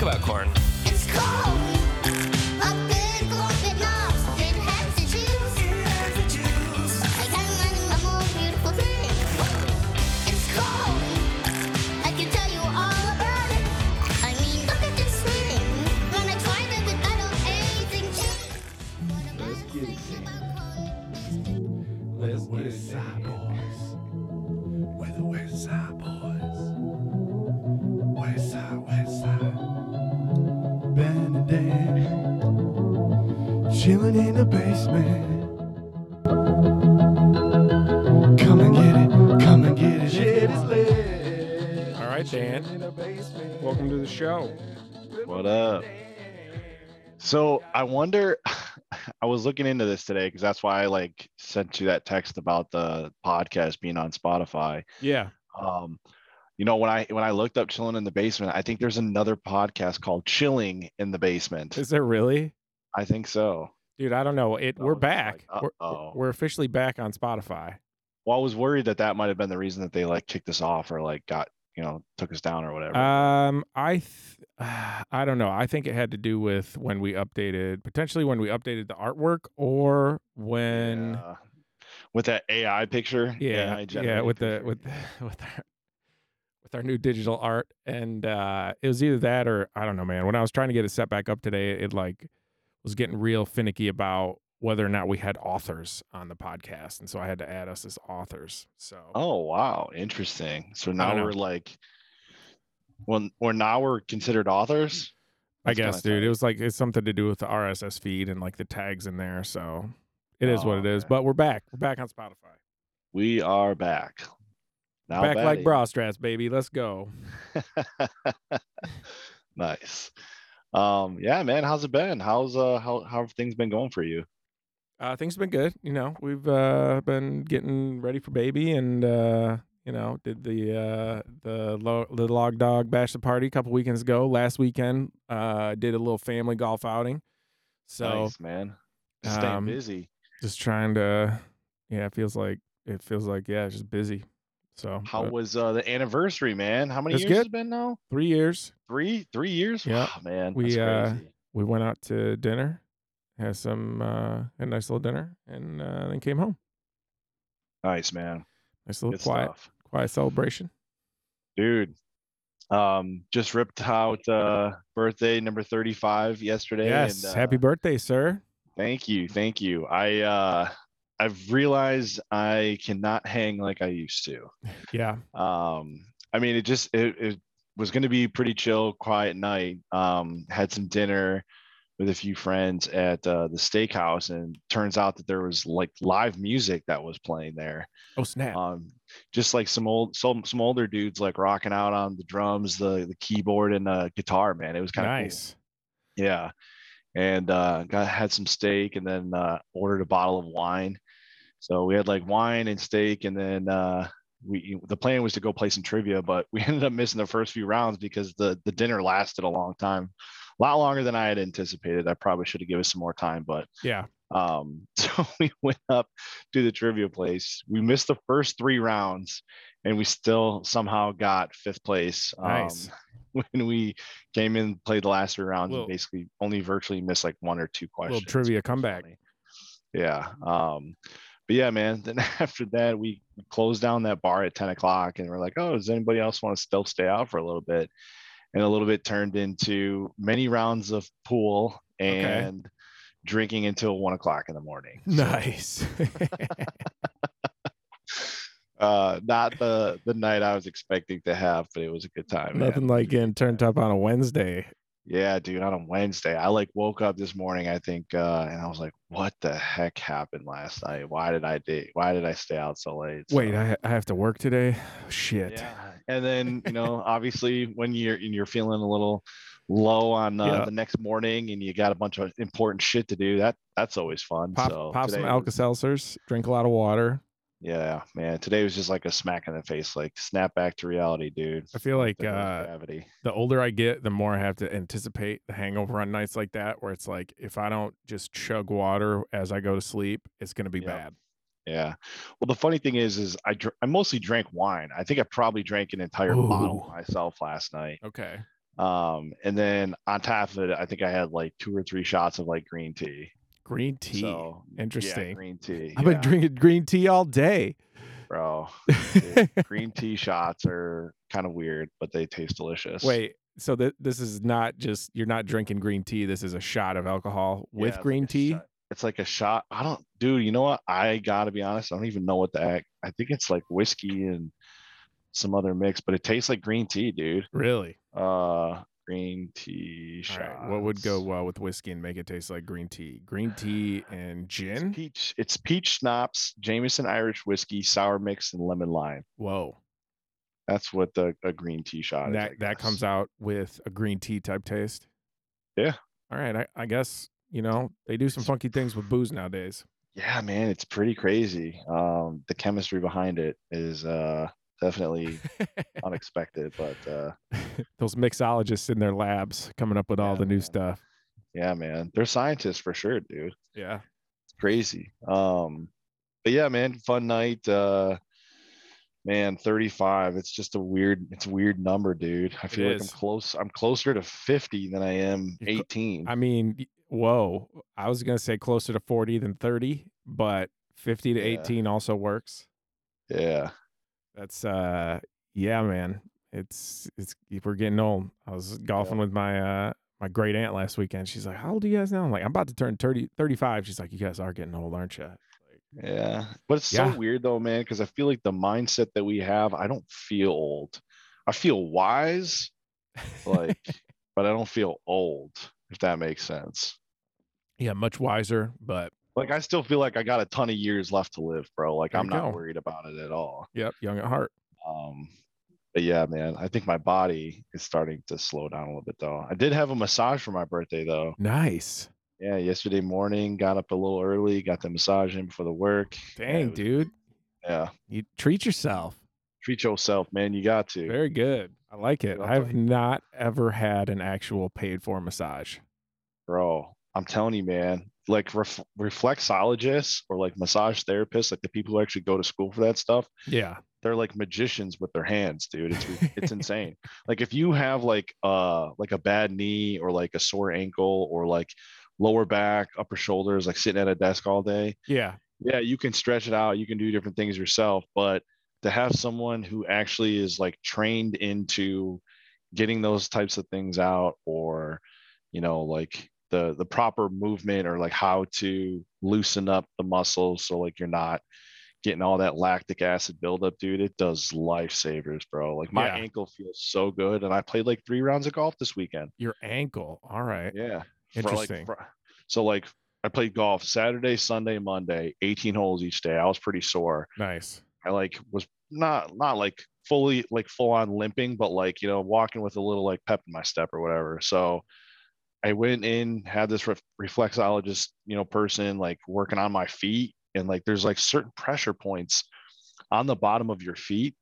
about corn? It's cold. A good golden knobs that has the juice. I can learn a more beautiful thing. It's cold. I can tell you all about it. I mean, look at this thing. When I tried it, I don't anything changed. What am I Let's get it. thinking about calling this the Let's get it. Side boys. We're the West Side Boys. West Side, West Side. Band and Dan. Chilling in the basement. Come and get it. Come and get it. Shit is lit. All right, Dan. Chilling in the basement. Welcome to the show. What up? So I wonder. I was looking into this today because that's why I like sent you that text about the podcast being on Spotify. Yeah. Um, you know when I when I looked up "Chilling in the Basement," I think there's another podcast called "Chilling in the Basement." Is there really? I think so. Dude, I don't know. It I we're was like, back. we're, uh-oh. we're officially back on Spotify. Well, I was worried that that might have been the reason that they like kicked us off or like got you know took us down or whatever. Um, I, th- I don't know. I think it had to do with when we updated, potentially when we updated the artwork, or when Yeah. with that AI picture, yeah, AI yeah, generated with the picture. with with our with our new digital art, and uh, it was either that or I don't know, man. When I was trying to get it set back up today, it like was getting real finicky about whether or not we had authors on the podcast, and so I had to add us as authors. So Oh wow, interesting. So don't now know. we're like, well, or now we're considered authors. I That's kinda guess, dude. tight. It was like it's something to do with the RSS feed and like the tags in there. So it is what Oh, it is. okay. But we're back. We're back on Spotify. We are back. Now back like Batty. bra straps, baby. Let's go. nice. Um, yeah, man. How's it been? How's uh how how have things been going for you? Uh, things have been good. You know, we've uh, been getting ready for baby, and uh, you know, did the uh, the lo- the log dog bash the party a couple weekends ago. Last weekend, uh, did a little family golf outing. So nice, man. Staying um, busy. just trying to, yeah, it feels like it feels like yeah, it's just busy. So How but was uh the anniversary, man? How many it's years good. has it been now? three years? Three three years? Yeah. Wow, man. We, that's uh, crazy. we went out to dinner, had some uh, had a nice little dinner, and uh, then came home. Nice, man. Nice little Good quiet stuff. quiet celebration. dude um just ripped out uh birthday number 35 yesterday yes, and, uh, happy birthday, sir. thank you thank you i uh i've realized i cannot hang like i used to Yeah, um i mean it just it, it was going to be a pretty chill quiet night um had some dinner with a few friends at uh, the steakhouse and turns out that there was like live music that was playing there oh snap, um just like some old some some older dudes like rocking out on the drums the the keyboard and the guitar man it was kind of nice. cool. yeah and uh got had some steak and then uh ordered a bottle of wine so we had like wine and steak and then uh we the plan was to go play some trivia but we ended up missing the first few rounds because the the dinner lasted a long time a lot longer than i had anticipated i probably should have given us some more time but Yeah, um, so we went up to the trivia place. We missed the first three rounds, and we still somehow got fifth place. Um, Nice. When we came in, played the last three rounds, Little- and basically only virtually missed like one or two questions. little trivia which was comeback. funny. Yeah. Um, but yeah, man. Then after that, we closed down that bar at ten o'clock, and we're like, "Oh, does anybody else want to still stay out for a little bit?" And a little bit turned into many rounds of pool Okay. and drinking until one o'clock in the morning. So, nice. uh, not the the night I was expecting to have, but it was a good time. man. Nothing like getting turned up on a Wednesday. Yeah, dude, on a Wednesday. I like woke up this morning, I think, uh, and I was like, what the heck happened last night? Why did I date? Why did I stay out so late? Wait, So, I, I have to work today. Shit. yeah. And then, you know, obviously when you're and you're feeling a little low on uh, Yeah. the next morning and you got a bunch of important shit to do, that that's always fun. Pop, so pop some today Alka was- Seltzers. Drink a lot of water. Yeah, man. Today was just like a smack in the face, like snap back to reality, dude. I feel like There was uh, gravity. the older I get, the more I have to anticipate the hangover on nights like that, where it's like if I don't just chug water as I go to sleep, it's gonna be Yep. bad. Yeah. Well, the funny thing is, is I dr- I mostly drank wine. I think I probably drank an entire bottle Ooh. myself last night. Okay. Um, and then on top of it, I think I had like two or three shots of like green tea. Green tea. So yeah, Interesting. green tea. I've been yeah, drinking green tea all day. bro. green tea shots are kind of weird, but they taste delicious. Wait, so th- this is not just you're not drinking green tea. This is a shot of alcohol Yeah, with it's like green a tea. shot- It's like a shot. I don't, dude. You know what? I gotta be honest. I don't even know what the heck. I think it's like whiskey and some other mix, but it tastes like green tea, dude. Really? Uh, green tea All shot. right. What would go well with whiskey and make it taste like green tea? Green tea and It's gin. peach. It's peach schnapps, Jameson Irish whiskey, sour mix, and lemon lime. Whoa, That's what the a green tea shot. And is, that I that comes guess. out with a green tea type taste. Yeah. All right. I, I guess you know they do some funky things with booze nowadays. Yeah, man, it's pretty crazy. Um, the chemistry behind it is uh definitely unexpected, but uh, Those mixologists in their labs coming up with all Yeah, the new man. stuff. yeah, man, they're scientists for sure, dude. Yeah. crazy. Um, but yeah, man, fun night. Uh, man, 35. It's just a weird, it's a weird number, dude. I feel like I'm is. close. I'm closer to 50 than I am You're cl- 18. I mean, y- whoa. I was gonna say closer to forty than thirty, but fifty to Yeah. eighteen also works. yeah, That's uh yeah, man. It's it's we're getting old. I was golfing with my uh my great aunt last weekend. She's like, "How old are you guys now?" I'm like, "I'm about to turn 30, 35. She's like, "You guys are getting old, aren't you?" yeah. But it's Yeah. so weird though, man, because I feel like the mindset that we have, I don't feel old. I feel wise, like, but I don't feel old, if that makes sense. Yeah, much wiser, but Like I still feel like I got a ton of years left to live, bro. Like There I'm you not go. worried about it at all. yep, young at heart. Um, but yeah, man, I think my body is starting to slow down a little bit though. I did have a massage for my birthday though. Nice. Yeah, yesterday morning, got up a little early, got the massage in before the work. Yeah, it Dang, was- dude. Yeah, You treat yourself. treat yourself, man. You got to. Very good. I like it. I'll I've tell not ever had an actual paid for massage. bro i'm telling you man like ref- reflexologists or like massage therapists like the people who actually go to school for that stuff Yeah. they're like magicians with their hands dude it's re- it's insane like if you have like uh like a bad knee or like a sore ankle or like lower back upper shoulders like sitting at a desk all day Yeah. yeah you can stretch it out you can do different things yourself but to have someone who actually is like trained into getting those types of things out or you know like the the proper movement or like how to loosen up the muscles so like you're not getting all that lactic acid buildup dude it does lifesavers bro like my Yeah. ankle feels so good and i played like three rounds of golf this weekend Your ankle. All right. yeah Interesting. for like, fr- so like I played golf Saturday, Sunday, Monday, 18 holes each day. I was pretty sore. Nice. I like was not not like fully like full on limping, but like you know walking with a little like pep in my step or whatever. So I went in, had this ref- reflexologist, you know, person like working on my feet, and like there's like certain pressure points on the bottom of your feet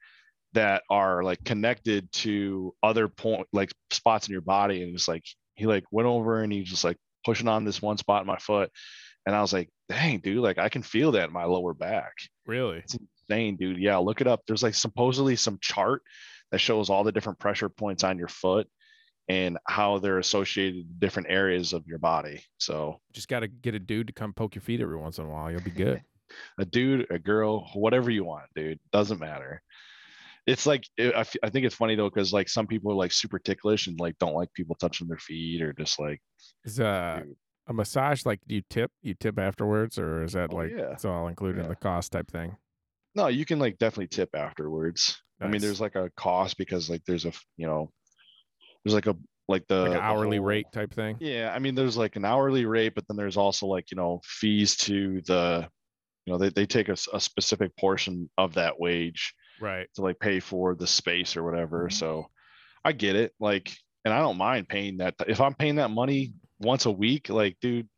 that are like connected to other point like spots in your body and it's like he like went over and he was just like pushing on this one spot in my foot and i was like dang dude like i can feel that in my lower back Really? insane dude yeah look it up there's like supposedly some chart that shows all the different pressure points on your foot and how they're associated to different areas of your body so Just got to get a dude to come poke your feet every once in a while. You'll be good. a dude, a girl, whatever you want, dude, doesn't matter. It's like it- I, f- I think it's funny though because like some people are like super ticklish and like don't like people touching their feet or just like Is uh, Dude. a massage like do you tip? You tip afterwards, or is that Oh, like yeah. it's all included in Yeah. the cost type thing? no, you can like definitely tip afterwards. I mean, Nice. there's like a cost because like there's a f- you know there's like a like the like an Uh, the hourly whole- rate type thing. Yeah, I mean, there's like an hourly rate, but then there's also like you know fees to the you know they they take a s a a specific portion of that wage Right. to like pay for the space or Mm-hmm. whatever. So I get it. Like, and I don't mind paying that. If I'm paying that money once a week, like, dude,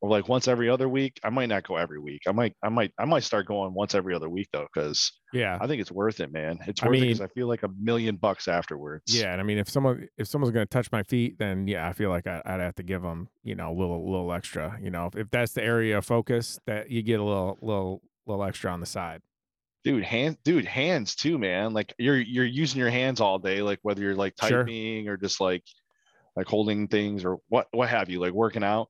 or like once every other week, I might not go every week. I might, I might, I might start going once every other week though, because Yeah. I think it's worth it, man. It's I worth it 'cause it mean- because I feel like a million bucks afterwards. Yeah, and I mean, if someone if someone's gonna touch my feet, then yeah, I feel like I, I'd have to give them you know a little little extra. You know, if, if that's the area of focus, that you get a little little little extra on the side. Dude, hand, dude, hands too, man. Like you're you're using your hands all day, like whether you're like Sure. typing or just like like holding things or what what have you, like working out,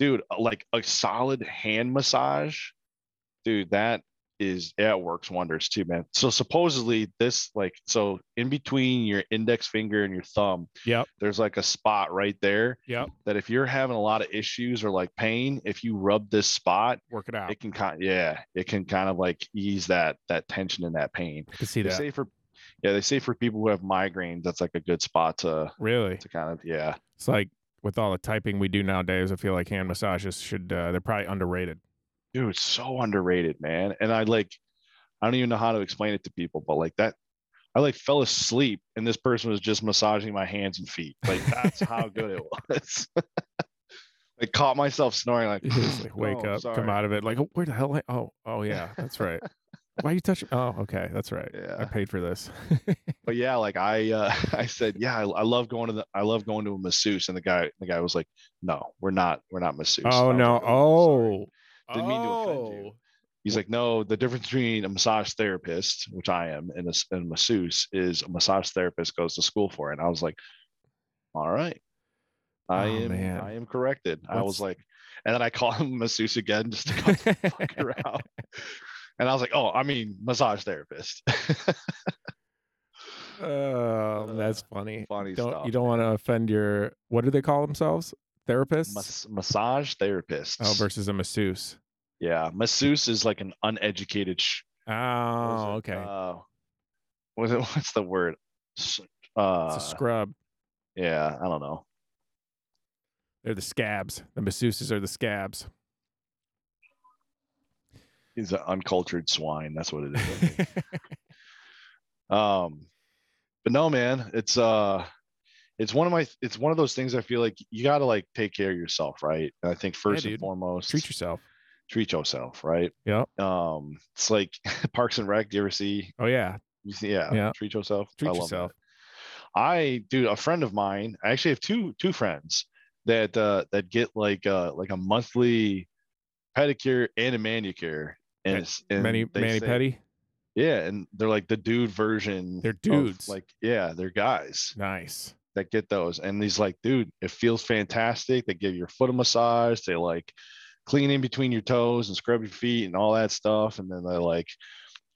dude. uh, Like a solid hand massage, dude. That is yeah, it works wonders too, man. So supposedly this like so in between your index finger and your thumb, Yep. there's like a spot right there Yep. that if you're having a lot of issues or like pain, if you rub this spot, Work it out. it can kind yeah, it can kind of like ease that that tension and that pain. I can see They that. say for yeah, they say for people who have migraines, that's like a good spot to Really. to kind of yeah. It's like with all the typing we do nowadays, I feel like hand massages should uh, they're probably underrated. Dude, it's so underrated, man. And I like I don't even know how to explain it to people, but like that I like fell asleep and this person was just massaging my hands and feet. Like that's how good it was. I caught myself snoring like, It's like wake "No, up, come sorry." out of it, like "Oh, where the hell? I- oh, oh yeah, that's right. Why you touching? Oh, okay, that's right. I Yeah. paid for this. but yeah, like I uh, I said, yeah, I, I love going to the I love going to a masseuse, and the guy the guy was like, no, we're not we're not masseuse. And I oh was no! like, sorry." Oh, Didn't mean to offend you. Oh. he's like, no, the difference between a massage therapist, which I am, and a, s- and a masseuse is a massage therapist goes to school for, it. and I was like, all right, I Oh, am man. I am corrected. I was What's- like, and then I called him masseuse again just to cut the fucker out, and I was like, oh, I mean massage therapist. Oh, that's funny. Funny Don't stuff. you don't want to offend your what do they call themselves? Therapists. Mas- massage therapists. oh, versus a masseuse. Yeah, masseuse is like an uneducated. Sh- what is Oh, it? okay. Uh, what is it, what's the word? S- it's Uh, a scrub. yeah, I don't know. They're the scabs. The masseuses are the scabs. He's an uncultured swine. That's what it is. um, but no, man, it's uh, it's one of my. It's one of those things. I feel like you got to like take care of yourself, right? And I think first and dude. foremost, Treat yourself. treat yourself, right? Yep. Um, it's like Parks and Rec. Do you ever see? Oh yeah. You see, yeah, Yeah. Treat yourself. I Treat love that. yourself. I dude, a friend of mine. I actually have two two friends that uh that get like uh like a monthly pedicure and a manicure. And, Yeah, it's, and Many they Manny say- Petty. Yeah, and they're like the dude version. They're of, dudes. like yeah, they're guys Nice. that get those. And he's like, dude, it feels fantastic. They give your foot a massage. They like clean in between your toes and scrub your feet and all that stuff. And then they like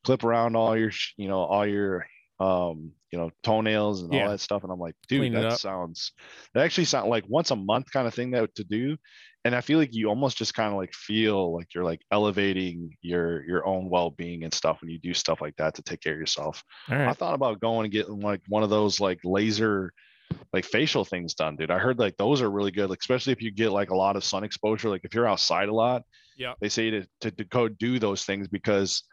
clip around all your, sh- you know, all your, um, you know, toenails and Yeah. all that stuff. And I'm like, dude, Clean it that up. sounds, that actually sounds like once a month kind of thing that to do. And I feel like you almost just kind of like feel like you're like elevating your your own well being and stuff when you do stuff like that to take care of yourself. All I right. thought about going and getting like one of those like laser like facial things done, dude. I heard like those are really good, like, especially if you get like a lot of sun exposure. Like if you're outside a lot, Yeah. they say to, to to go do those things because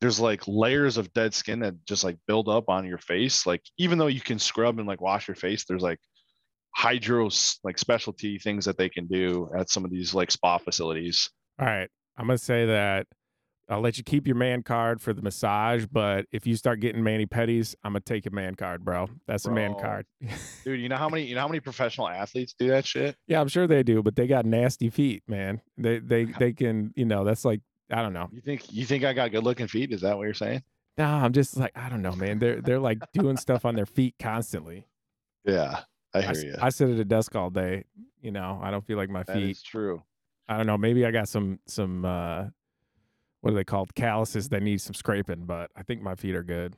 there's like layers of dead skin that just like build up on your face. Like even though you can scrub and like wash your face, there's like hydro s- like specialty things that they can do at some of these like spa facilities. All right. I'm gonna say that I'll let you keep your man card for the massage, but if you start getting Manny Petties, I'm gonna take your man card, bro. That's a man Bro. card. Dude, you know how many you know how many professional athletes do that shit? yeah, I'm sure they do, but they got nasty feet, man. They they they can, you know, that's like I don't know. You think you think I got good looking feet? Is that what you're saying? Nah, I'm just like I don't know, man. They're they're like doing stuff on their feet constantly. Yeah, I hear I, s- you. I sit at a desk all day. You know, I don't feel like my That feet. is true. I don't know. Maybe I got some some uh, what are they called? Calluses that need some scraping, but I think my feet are good.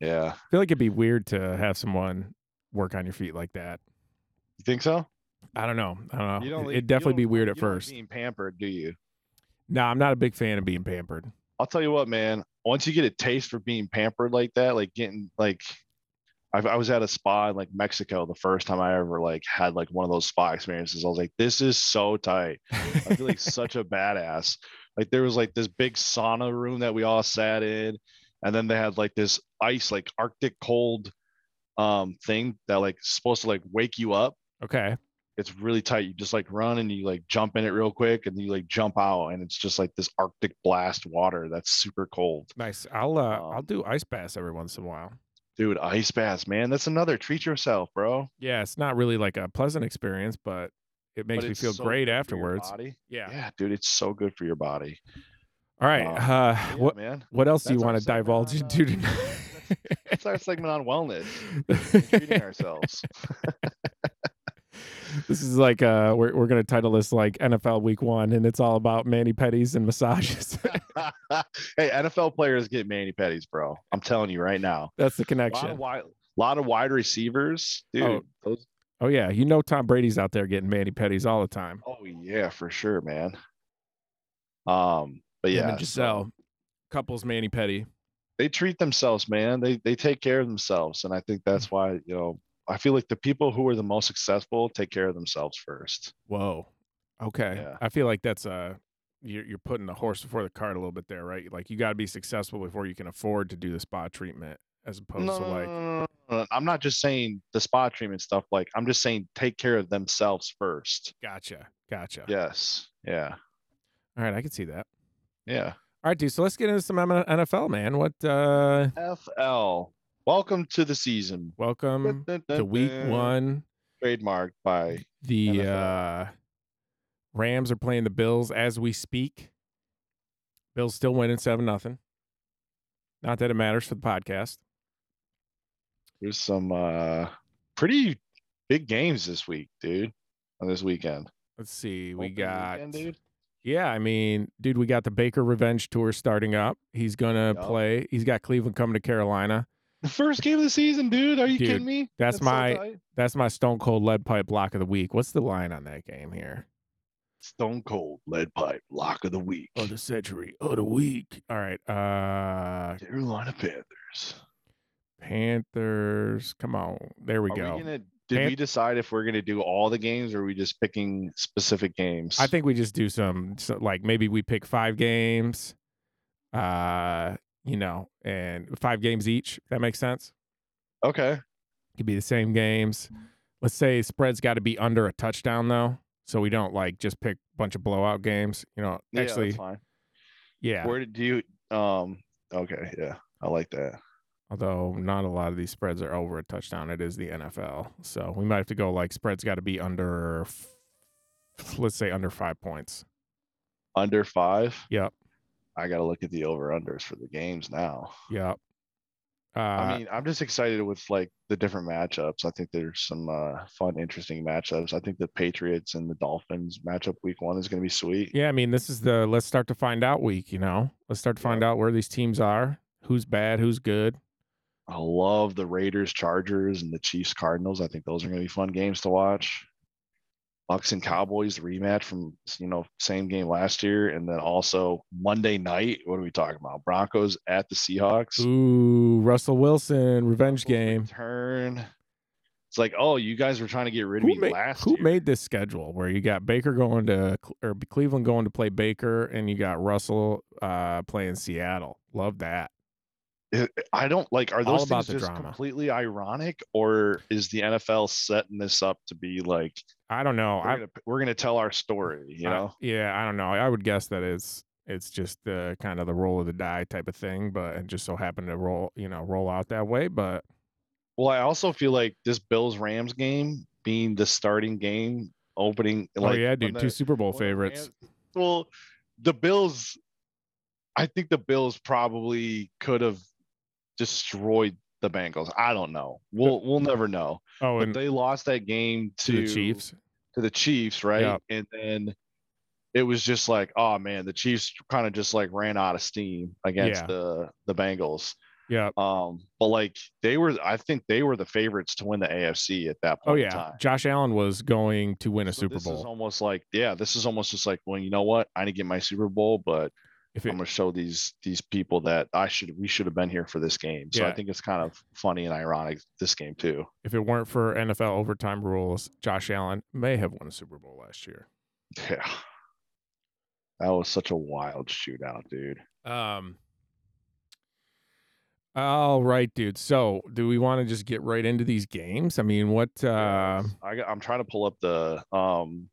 Yeah. I feel like it'd be weird to have someone work on your feet like that. You think so? I don't know. I don't know. You don't It- like- It'd you definitely don't be like- weird you at don't like first. Being pampered, do you? No, I'm not a big fan of being pampered. I'll tell you what, man. Once you get a taste for being pampered like that, like getting like, I've, I was at a spa in like Mexico the first time I ever like had like one of those spa experiences. I was like, this is so tight. I feel like such a badass. Like there was like this big sauna room that we all sat in, and then they had like this ice, like Arctic cold, um, thing that like supposed to like wake you up. okay. it's really tight. You just like run and you like jump in it real quick and you like jump out and it's just like this Arctic blast water that's super cold. Nice. I'll uh, I'll Um, do ice baths every once in a while. Dude, ice baths, man. That's another treat yourself, bro. Yeah, it's not really like a pleasant experience, but it makes But me it's feel so great good for your afterwards. body. Yeah. Yeah. dude, it's so good for your body. All right. Um, uh, Yeah, what man? what else do you That's our want to segment divulge on, into uh, tonight? It's our segment on wellness, treating ourselves. This is like uh, we're we're gonna title this like NFL Week One, and it's all about mani pedis and massages. hey, NFL players get mani petties, bro. I'm telling you right now. That's the A lot of connection. wide, lot of wide receivers, dude. Oh. Those, Oh yeah, you know Tom Brady's out there getting mani pedis all the time. oh yeah, for sure, man. Um, but Him yeah, and Giselle, couples mani pedi. they treat themselves, man. They they take care of themselves, and I think Mm. that's why you know I feel like the people who are the most successful take care of themselves first. Whoa. Okay. Yeah. I feel like that's uh you're you're putting the horse before the cart a little bit there, right? Like you got to be successful before you can afford to do the spa treatment, as opposed No, to no, Oh, like. no, no, no. I'm not just saying the spa treatment stuff. Like I'm just saying take care of themselves first. Gotcha. Gotcha. Yes. Yeah. All right, I can see that. Yeah. All right, dude. So let's get into some M- NFL, man. What? uh FL. Welcome to the season. Welcome Mm. to Week One. Trademarked by The NFL. uh Rams are playing the Bills as we speak. Bills still winning seven nothing. Not that it matters for the podcast. there's some uh pretty big games this week, dude. On this weekend. Let's see. We Opening got. weekend, dude. Yeah, I mean, dude, we got the Baker Revenge Tour starting up. He's gonna Yup. play. He's got Cleveland coming to Carolina. the first game of the season, dude. Are you Dude, kidding me? that's so my- tight. That's my Stone Cold Lead Pipe Block of the Week. What's the line on that game here? Stone Cold lead pipe lock of the week. the century of the week. All right, uh, Carolina Panthers. Panthers. Come on, there we Are go. we gonna did Pan- we decide if we're gonna do all the games or are we just picking specific games? I think we just do some, so like maybe we pick five games, uh, you know, and five games each. That makes sense. okay. could be the same games. Mm-hmm. Let's say spread's got to be under a touchdown though, so we don't like just pick a bunch of blowout games. You know, Yeah, that's actually, fine. yeah. Where did you um okay, yeah. I like that. Although not a lot of these spreads are over a touchdown. It is the NFL, so we might have to go like spread's got to be under, f- let's say under five points. Under five. Yep, I gotta look at the over unders for the games now. yep. Uh, I mean, I'm just excited with like the different matchups. I think there's some uh, fun, interesting matchups. I think the Patriots and the Dolphins matchup week one is going to be sweet. yeah, I mean, this is the let's start to find out week. You know, let's start to find out where these teams are, who's bad, who's good. I love the Raiders, Chargers, and the Chiefs, Cardinals. I think those are going to be fun games to watch. Bucks and Cowboys the rematch from you know same game last year, and then also Monday night. What are we talking about? Broncos at the Seahawks. Ooh, Russell Wilson revenge game. Turn. It's like, oh, you guys were trying to get rid of who me made, last who year. made this schedule where you got Baker going to Cle- or Cleveland going to play Baker and you got Russell uh, playing Seattle? Love that. it- I don't like. Are All those about things the just drama. completely ironic, or is the NFL setting this up to be like I don't know. we're, Oh, I, gonna, we're gonna tell our story? You I- know, yeah, I don't know. I would guess that it's it's just the kind of the roll of the die type of thing, but it just so happened to roll you know roll out that way. But well, I also feel like this Bills Rams game being the starting game opening. Like, oh yeah, when dude, the- two Super Bowl when the favorites. Rams- well, the Bills. I think the Bills probably could have destroyed the Bengals. I don't know. We'll we'll never know. oh, But and they lost that game to the Chiefs. to the Chiefs, right? Yep. And then it was just like, oh man, the Chiefs kind of just like ran out of steam against Yeah. the the Bengals. Yeah. Um, but like they were, I think they were the favorites to win the AFC at that Oh point. in yeah, time. Josh Allen was going to win a So Super this is Bowl. almost like, yeah, this is almost just like, well, you know what? I need to get my Super Bowl, but If I'm it, gonna show these these people that I should we should have been here for this game. So I Yeah. think it's kind of funny and ironic this game too. if it weren't for NFL overtime rules, Josh Allen may have won a Super Bowl last year. Yeah. That was such a wild shootout, dude. Um. All right, dude. So, do we want to just get right into these games? I mean, what? Uh, Yes. I got, I'm trying to pull up the um,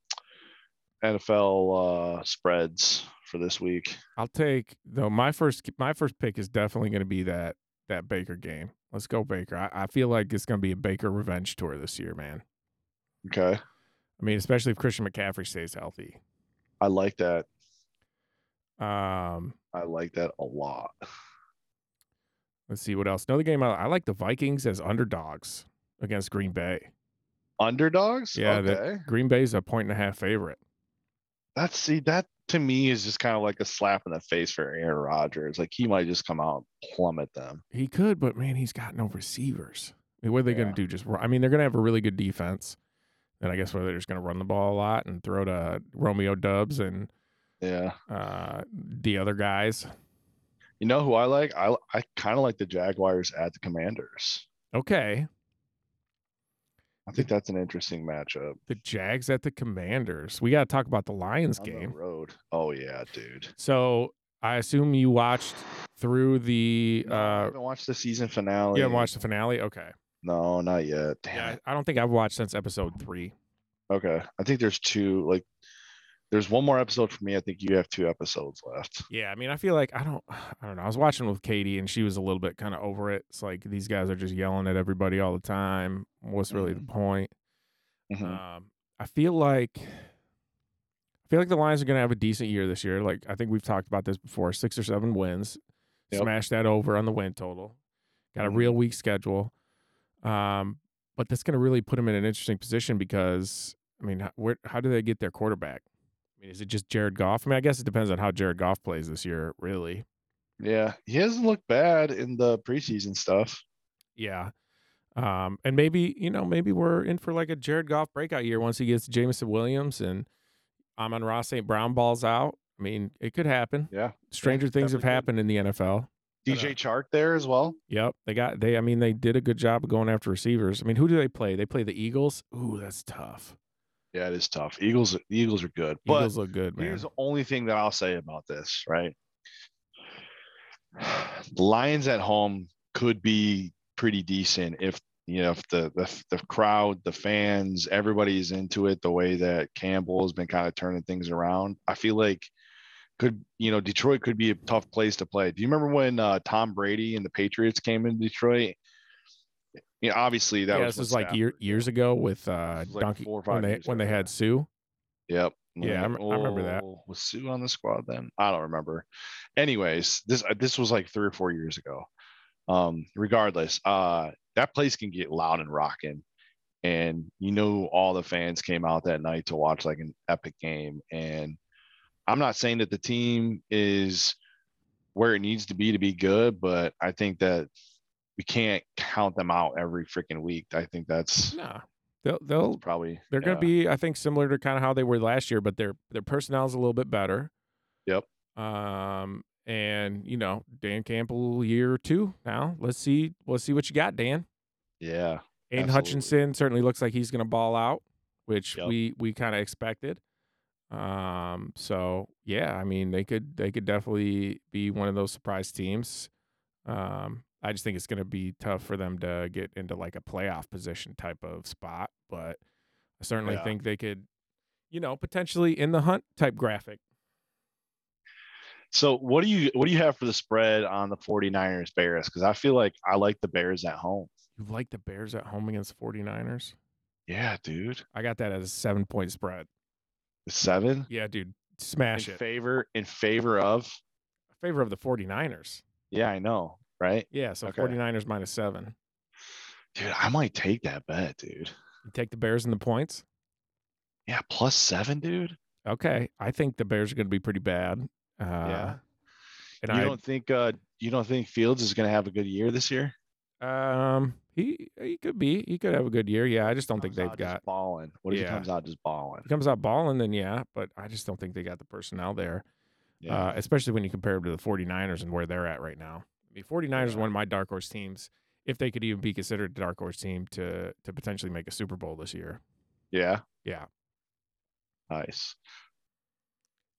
NFL uh, spreads for this week. I'll take though. My first, my first pick is definitely going to be that that Baker game. Let's go Baker. I, I feel like it's going to be a Baker revenge tour this year, man. Okay, I mean, especially if Christian McCaffrey stays healthy. I like that. Um, I like that a lot. let's see what else. Another game I, I like the Vikings as underdogs against Green Bay. Underdogs? Yeah, Okay. the- Green Bay's a point and a half favorite. That's see, that to me is just kind of like a slap in the face for Aaron Rodgers. Like he might just come out and plummet them. He could, but man, he's got no receivers. I mean, what are they going Yeah. to do? Just ru- I mean, they're going to have a really good defense. And I guess where they're just going to run the ball a lot and throw to Romeo Dubs and Yeah. uh, the other guys. You know who I like? I I kind of like the Jaguars at the Commanders. Okay, I think that's an interesting matchup. the Jags at the Commanders. We got to talk about the Lions On the game. road. Oh yeah, dude. So I assume you watched through the. No, I Uh, haven't watched the season finale. you haven't watched the finale. Okay. No, not yet. Damn Yeah, it. I I don't think I've watched since episode three. Okay. I think there's two. Like, there's one more episode for me. I think you have two episodes left. Yeah, I mean, I feel like I don't, I don't know. I was watching with Katie, and she was a little bit kind of over it. It's like these guys are just yelling at everybody all the time. What's really the point? Mhm. Um, I feel like, I feel like the Lions are going to have a decent year this year. Like I think we've talked about this before: six or seven wins, Yep. smash that over on the win total. Got a Mhm. real weak schedule, um, but that's going to really put them in an interesting position because I mean, h- where how do they get their quarterback? I mean, is it just Jared Goff? I mean, I guess it depends on how Jared Goff plays this year, really. Yeah. He hasn't looked bad in the preseason stuff. Yeah. Um, and maybe, you know, maybe we're in for like a Jared Goff breakout year once he gets Jamison Williams and Amon Ross St. Brown balls out. I mean, it could happen. Yeah. Stranger things have definitely could. happened in the NFL. DJ Chark there as well. Yep. They got they I mean, they did a good job of going after receivers. I mean, who do they play? They play the Eagles. Ooh, that's tough. Yeah, it is tough. Eagles. The Eagles are good. Eagles but look good, man. here's the only thing that I'll say about this. Right. The Lions at home could be pretty decent if you know if the the, the crowd, the fans, everybody's into it the way that Campbell has been kind of turning things around. I feel like could you know Detroit could be a tough place to play. Do you remember when uh, Tom Brady and the Patriots came into Detroit? Yeah, obviously that yeah, was this was when like year, Stafford- years ago with uh was like Donkey four or when five they years when ago, they yeah. had Sue. Yep. Yeah, I rem- I remember that. Oh, Was Sue on the squad then? I don't remember. Anyways, this uh, this was like three or four years ago. Um, regardless, uh, that place can get loud and rocking, and you know all the fans came out that night to watch like an epic game. And I'm not saying that the team is where it needs to be to be good, but I think that we can't count them out every freaking week. I think that's Nah. They'll they'll probably They're going yeah. to be, I think, similar to kind of how they were last year, but their their personnel is a little bit better. Yep. Um, and you know, Dan Campbell year two now. Let's see, let's see what you got, Dan. yeah. Aiden Absolutely. Hutchinson certainly looks like he's going to ball out, which Yep. we we kind of expected. Um, so yeah, I mean, they could they could definitely be one of those surprise teams. Um, I just think it's going to be tough for them to get into like a playoff position type of spot, but I certainly Yeah. think they could, you know, potentially in the hunt type graphic. So what do you what do you have for the spread on the 49ers Bears? Because I feel like I like the Bears at home. You like the Bears at home against the 49ers? Yeah, dude. I got that as a seven point spread. The seven Yeah, dude, in smash it. favor in favor of. favor of the 49ers. Yeah, I know, right? Yeah, so Okay. 49ers minus seven. Dude, I might take that bet, dude. You take the Bears and the points. Yeah, plus seven, dude. Okay, I think the Bears are going to be pretty bad. Uh, yeah. and you I don't think uh you don't think Fields is gonna have a good year this year? um he he could be he could have a good year. Yeah, I just don't think they've Comes out just got. balling. What if Yeah. he comes out just balling? if He comes out balling, then yeah, but I just don't think they got the personnel there, Yeah. uh, especially when you compare them to the 49ers and where they're at right now. I mean, 49ers is Yeah. one of my dark horse teams, if they could even be considered a dark horse team to to potentially make a Super Bowl this year. yeah. yeah. Nice.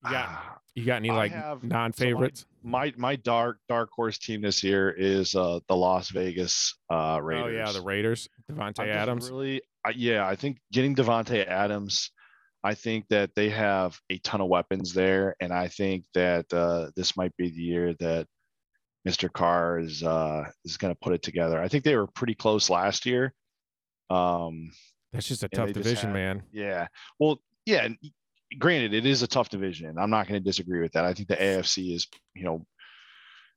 Yeah, Ah, you got any I like have- so my- non favorites? my my dark dark horse team this year is uh the Las Vegas uh Raiders. oh yeah, the Raiders, Devontae I'm just Adams. Really, I, yeah, I think getting Devonte Adams, I think that they have a ton of weapons there, and I think that uh, this might be the year that Mr. Carr is uh, is going to put it together. I think they were pretty close last year. Um, That's just a and tough they just division, had- man. yeah, well, yeah. And granted, it is a tough division. I'm not going to disagree with that. I think the AFC is, you know,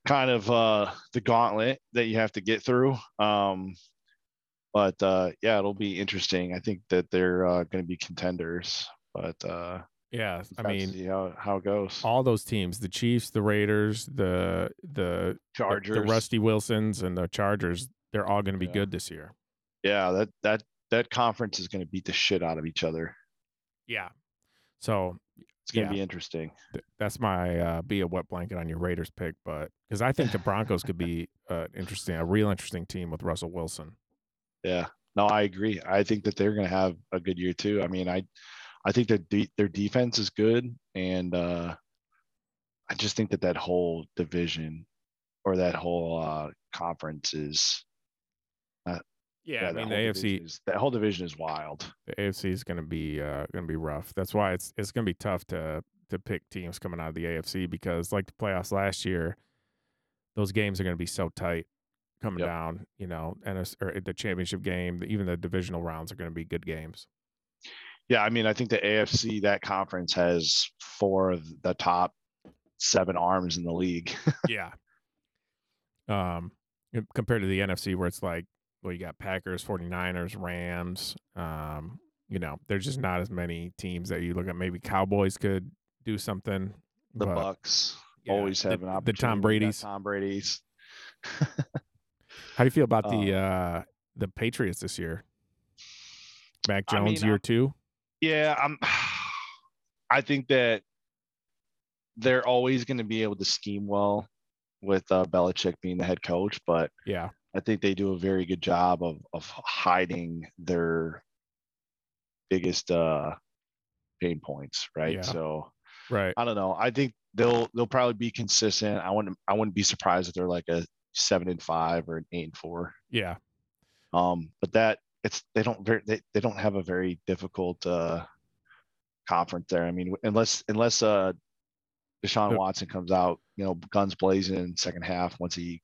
kind of uh, the gauntlet that you have to get through. Um, but uh, yeah, it'll be interesting. I think that they're uh, going to be contenders, but uh, Yeah, I got to mean, see how, how it goes. all those teams, the Chiefs, the Raiders, the the the- Chargers, the Rusty Wilsons and the Chargers, they're all going to be Yeah. good this year. yeah, that that that conference is going to beat the shit out of each other. Yeah. So It's going Yeah. to be interesting. th- that's my uh, be a wet blanket on your Raiders pick, but because I think the Broncos could be uh, interesting, a real interesting team with Russell Wilson. Yeah. No, I agree. I think that they're going to have a good year too. I mean, I, I think their de- their defense is good, and uh, I just think that that whole division or that whole uh, conference is. Yeah, I mean that the whole division AFC, is- that whole division is wild. the AFC is going to be uh, going to be rough. That's why it's it's going to be tough to to pick teams coming out of the AFC because like the playoffs last year, those games are going to be so tight coming Yep. down. You know, and it's- or the championship game, the- even the divisional rounds are going to be good games. Yeah, I mean, I think the AFC that conference has four of the top seven arms in the league. yeah. Um, you- compared to the NFC where it's like, well, you got Packers, 49ers, Rams. Um, you know, there's just not as many teams that you look at. Maybe Cowboys could do something. The but, Bucks yeah, always the- have an The opportunity. Tom We got Brady's. Tom Brady's. How do you feel about the uh the Patriots this year? Mac I mean, Jones year uh, two. Yeah, I'm. I think that they're always going to be able to scheme well with uh, Belichick being the head coach, but Yeah, I think they do a very good job of of hiding their biggest uh, pain points, right? Yeah. So right. I don't know. I think they'll they'll probably be consistent. I wouldn't I wouldn't be surprised if they're like a seven and five or an eight and four. Yeah, Um, but that it's they don't very they, they don't have a very difficult uh conference there. I mean, unless unless uh Deshaun The- Watson comes out, you know, guns blazing in second half once he,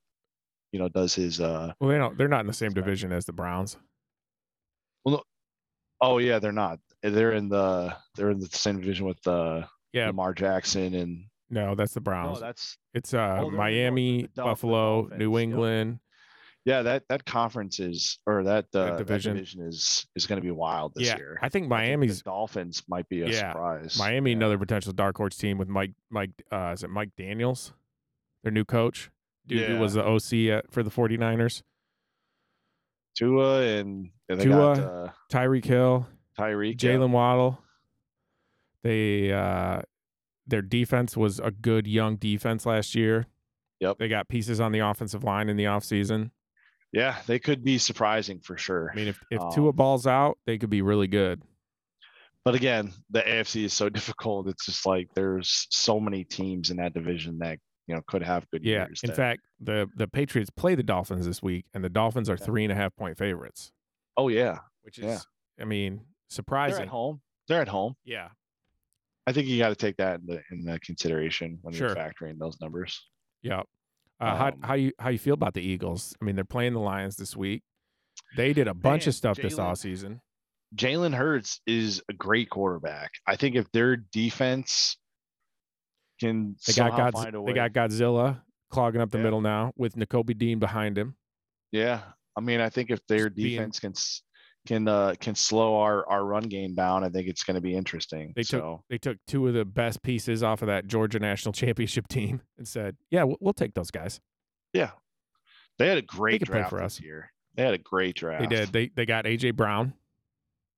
you know, does his uh well, they don't. They're not in the same division as the Browns. oh yeah, they're not. They're in the they're in the same division with uh Yeah. Lamar Jackson and No, that's the no, Browns. that's it's uh Oh, they're the Dolphins, Miami, the Dolphins, the Buffalo, Dolphins, New yeah. England. yeah, that that conference is or that uh, that division. division. is is going to be wild this yeah, year. I think I think the Miami's Dolphins might be a Yeah, surprise. Miami, Yeah. another potential dark horse team with Mike. Mike, uh, is it Mike Daniels, their new coach? Dude, who Yeah. was the OC at, for the 49ers? Tua and, and they got Tua, uh, Tyreek Hill, Tyreek yeah. Jalen Waddle. They uh, their defense was a good young defense last year. Yep. They got pieces on the offensive line in the offseason. Yeah, they could be surprising for sure. I mean, if if Tua Um, balls out, they could be really good. But again, the AFC is so difficult. It's just like there's so many teams in that division that you know could have good Yeah. years. In that- fact, the the Patriots play the Dolphins this week, and the Dolphins are Yeah. three and a half point favorites, oh yeah, which is, Yeah. I mean, they're at surprising. home. They're at home. Yeah. I think you got to take that into, into consideration when Sure. you're factoring those numbers. Yeah. Uh, how Um, how you how you feel about the Eagles? I mean, they're playing the Lions this week. They did a bunch Man, of stuff this Jalen- offseason. Jalen Hurts is a great quarterback. I think if their defense can They got somehow Godz- find a way, they got Godzilla clogging up the Yeah. middle now with Nicobe Dean behind him. Yeah, I mean, I think if their Just being- defense can s- can uh, can slow our our run game down, I think it's going to be interesting. They took- so They took two of the best pieces off of that Georgia National Championship team and said, "Yeah, we'll, we'll take those guys." they had a great could play draft for this us. year. They had a great draft. They did. They they got AJ Brown,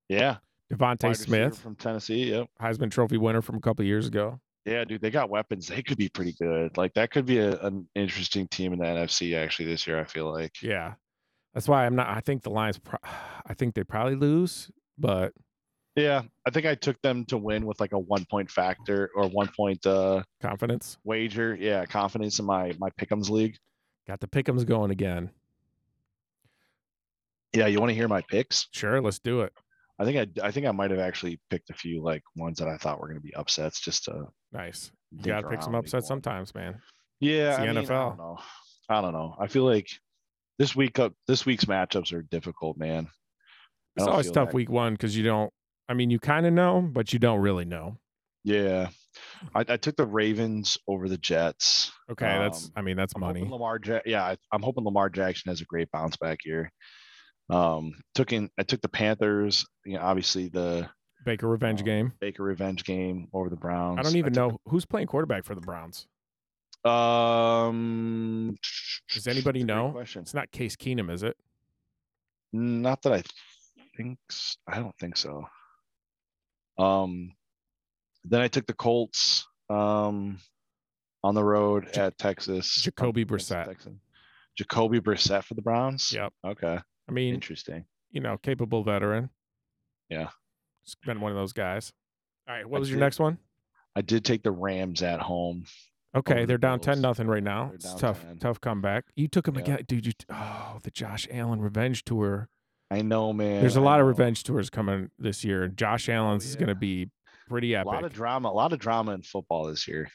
Yeah, Devontae wide receiver Smith, from Tennessee. Yep. Heisman Trophy winner from a couple years ago. Yeah, dude, they got weapons. They could be pretty good. Like that could be a, an interesting team in the NFC actually this year. I feel like. Yeah, that's why I'm not. I think the Lions. Pro- I think they probably lose, but Yeah, I think I took them to win with like a one point factor or one point uh, confidence wager. Yeah, confidence in my my Pickums league. got the Pickums going again. Yeah, you want to hear my picks? Sure, let's do it. I think I, I think I might have actually picked a few like ones that I thought were going to be upsets just to Nice. You dink gotta pick some around, make upsets one. sometimes, man. Yeah, It's the I mean, I NFL. don't know. I don't know. I feel like this week up this week's matchups are difficult, man. I It's don't always feel tough that- week one because you don't. I mean, you kind of know, but you don't really know. Yeah, I, I took the Ravens over the Jets. Okay, that's. Um, I mean, that's I'm hoping money. Lamar, ja- yeah, I, I'm hoping Lamar Jackson has a great bounce back year. Um, took in I took the Panthers. You know, obviously the Baker revenge Uh, game. Baker revenge game over the Browns. I don't even took- know who's playing quarterback for the Browns. Um, Does anybody that's a great know? Question. It's not Case Keenum, is it? Not that I think. s- I don't think so. Um, then I took the Colts. Um, on the road at Texas. Jacoby against the Brissett. Texans. Jacoby Brissett for the Browns. Yep. Mm. Okay. I mean, Interesting. you know, capable veteran. Yeah. It's been one of those guys. All right. What I was your did- next one? I did take the Rams at home. Okay, the they're down ten Bills. nothing right now. They're It's down tough, 10. tough comeback. You took him Yeah. again, dude. You oh, the Josh Allen revenge tour. I know, man. There's a I lot of know. Oh, revenge tours coming this year. Josh Allen's is yeah. going to be pretty A epic. lot of drama. A lot of drama in football this year.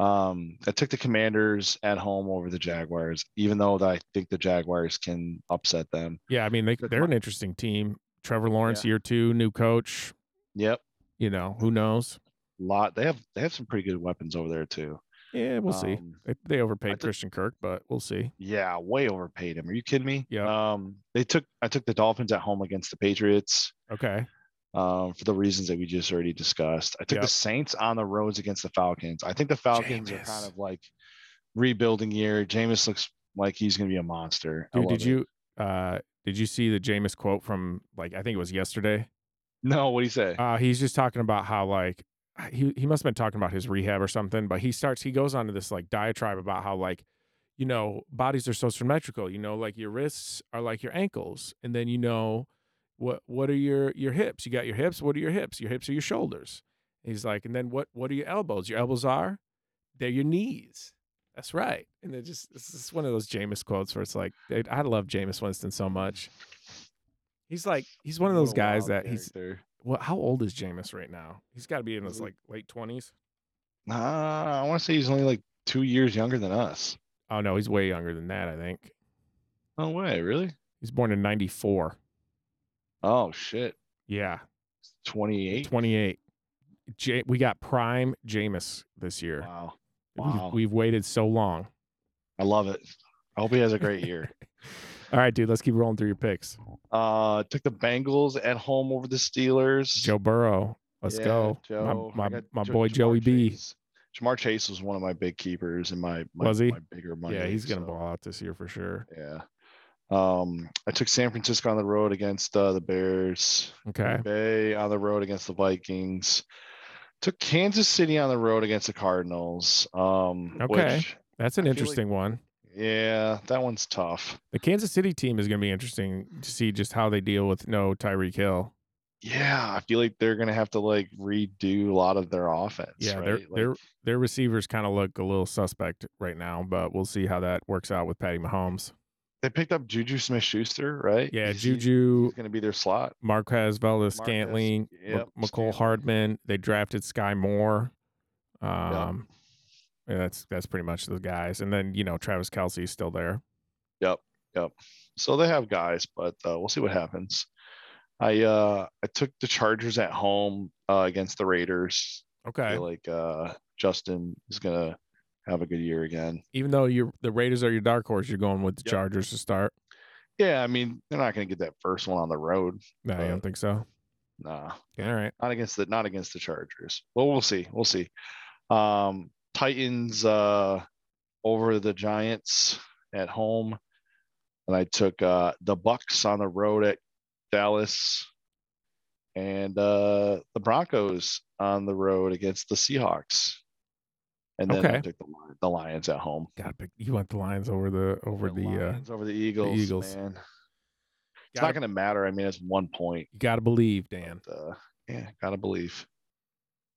Um, I took the Commanders at home over the Jaguars, even though I think the Jaguars can upset them. yeah, I mean they Took they're my- an interesting team. Trevor Lawrence year two, new coach. Yep. You know who knows? Lot they have they have some pretty good weapons over there too. Yeah, we'll see. Um, They, they overpaid took- Christian Kirk, but we'll see. Yeah, way overpaid him. Are you kidding me? Yeah. Um, they took I took the Dolphins at home against the Patriots. Okay, Um, for the reasons that we just already discussed. I took Yep. the Saints on the roads against the Falcons. I think the Falcons are kind Jameis. of like rebuilding year. Jameis looks like he's gonna be a monster. I dude, love did it. you uh did you see the Jameis quote from like I think it was yesterday? No, what do you say? Uh, he's just talking about how like he he must have been talking about his rehab or something, but he starts he goes on to this like diatribe about how like you know bodies are so symmetrical. You know, like your wrists are like your ankles, and then you know what what are your your hips? You got your hips. What are your hips? Your hips are your shoulders. And he's like, and then what what are your elbows? Your elbows are they're your knees. That's right. And it just it's just one of those Jameis quotes where it's like, dude, I love Jameis Winston so much. He's like he's one of What those a guys wild that he's character. well, how old is Jameis right now? He's got to be in his Mm. like late twenties. Uh, I want to say he's only like two years younger than us. Oh no, he's way younger than that. I think No way, really? he's born in '94. Oh shit, Yeah, twenty-eight. 28. J- we got prime Jameis this year. Wow, We've- Wow. We've, waited so long. I love it. I hope he has a great year. All right, dude, let's keep rolling through your picks. uh, took the Bengals at home over the Steelers. Joe Burrow, let's Yeah, go. My- Joe. I My, my, got Jo- boy Ja'Marr Joey B. Chase. Jamar Chase was one of my big keepers and my, my Was he? my bigger money. yeah, he's gonna so, ball out this year for sure. Yeah. Um, I took San Francisco on the road against uh, the Bears. Okay, Bay on the road against the Vikings. Took Kansas City on the road against the Cardinals. Um, Okay. Which, that's an I feel like- interesting one. yeah, that one's tough. The Kansas City team is gonna be interesting to see just how they deal with no Tyreek Hill. Yeah, I feel like they're gonna have to like redo a lot of their offense. Yeah, right? their their Like, their receivers kind of look a little suspect right now, but we'll see how that works out with Patty Mahomes. they picked up Juju Smith Schuster, right? Yeah, He's- he's- Juju, He's gonna be their slot. Marquez, Valdez, Marquez, Scantling, yep, McCole Scantling. Hardman. They drafted Sky Moore. Um, yeah, that's that's pretty much the guys, and then you know Travis Kelsey's still there. So they have guys, but uh, we'll see what happens. I uh I took the Chargers at home uh, against the Raiders. I Okay, feel like uh Justin is gonna have a good year again. even though you are the Raiders are your dark horse, you're going with the Yep. Chargers to start. Yeah, I mean they're not gonna get that first one on the road. No, I Uh, don't think so. Nah, All right, not against the not against the Chargers. Well, we'll see. We'll see. Um, Titans uh, over the Giants at home, and I took uh, the Bucks on the road at Dallas, and uh, the Broncos on the road against the Seahawks, and then I Okay. took the, Lion- the Lions at home. got you want the Lions over the over the, uh, Lions over the Eagles. Eagles. man. It's Gotta- not going to matter. I mean, it's one point. you got to believe, Dan. but, uh, yeah, gotta believe.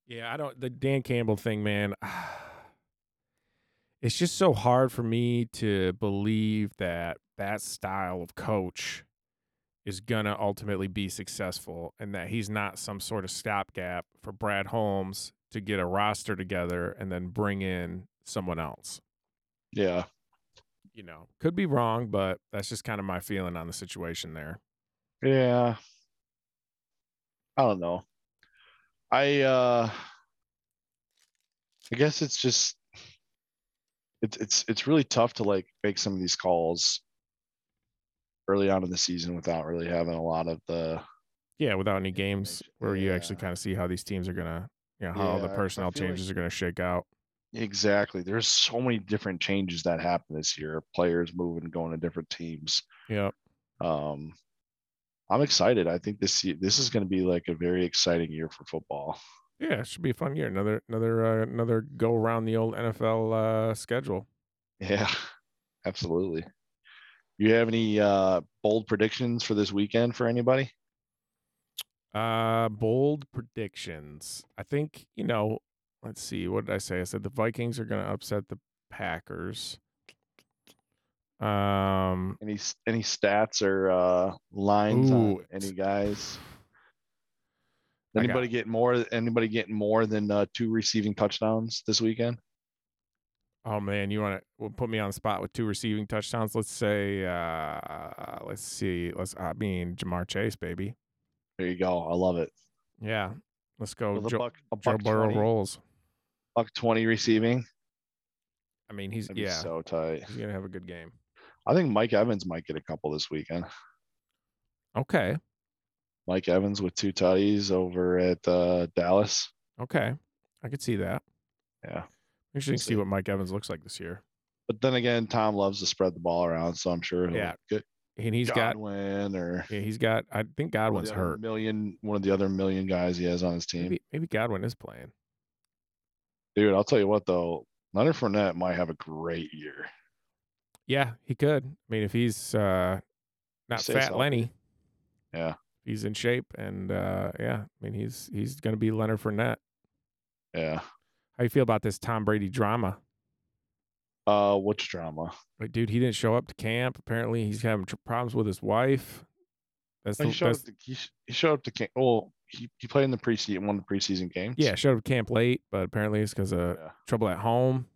Yeah, I don't the Dan Campbell thing, man. It's just so hard for me to believe that that style of coach is going to ultimately be successful and that he's not some sort of stopgap for Brad Holmes to get a roster together and then bring in someone else. Yeah. You know, could be wrong, but that's just kind of my feeling on the situation there. Yeah. I don't know. I uh I guess it's just it's it's it's really tough to like make some of these calls early on in the season without really having a lot of the Yeah, without any games where you actually Yeah. kind of see how these teams are gonna, you know, how Yeah, the I- I personnel feel like- changes are gonna shake out. Exactly. There's so many different changes that happen this year. Players moving, going to different teams. Yeah, Um, I'm excited. I think this ye- this is going to be like a very exciting year for football. yeah, it should be a fun year. Another, another, uh, another go around the old NFL uh, schedule. Yeah, absolutely. You have any uh, bold predictions for this weekend for anybody? Uh, bold predictions. I think you know. Let's see. What did I say? I said the Vikings are gonna upset the Packers. Um. Any s- any stats or uh, lines? Ooh, On it's- any guys? I got- Anybody get more? Anybody getting more than uh, two receiving touchdowns this weekend? Oh man, you want to put me on the spot with two receiving touchdowns? Let's say, uh, let's see, let's. I mean, Jamar Chase, baby. There you go. I love it. Yeah, let's go. With a Oh, Joe, buck, a Joe buck Burrow 20 rolls. buck twenty receiving. I mean, he's That'd be yeah, so tight. he's gonna have a good game. I think Mike Evans might get a couple this weekend. Okay, Mike Evans with two tutties over at uh, Dallas. okay, I could see that. Yeah. Interesting We'll to see see. what Mike Evans looks like this year. But then again, Tom loves to spread the ball around, so I'm sure he'll Yeah. get And he's got, Godwin or yeah, he's got. I think one of Godwin's the other hurt. million one of the other million guys he has on his team. Maybe, maybe Godwin is playing. Dude, I'll tell you what though, Leonard Fournette might have a great year. Yeah, he could. I mean, if he's uh, not say fat so. Lenny, Yeah. he's in shape, and uh, yeah, I mean, he's he's gonna be Leonard Fournette. Yeah. How you feel about this Tom Brady drama? Uh, what's drama? Like, dude, he didn't show up to camp. Apparently, he's having tr- problems with his wife. That's Oh, He the showed, up that's- to, he, sh- he showed up to camp. Well, he, he played in the preseason, one of the preseason games. yeah, showed up to camp late, but apparently it's because of Yeah. trouble at home.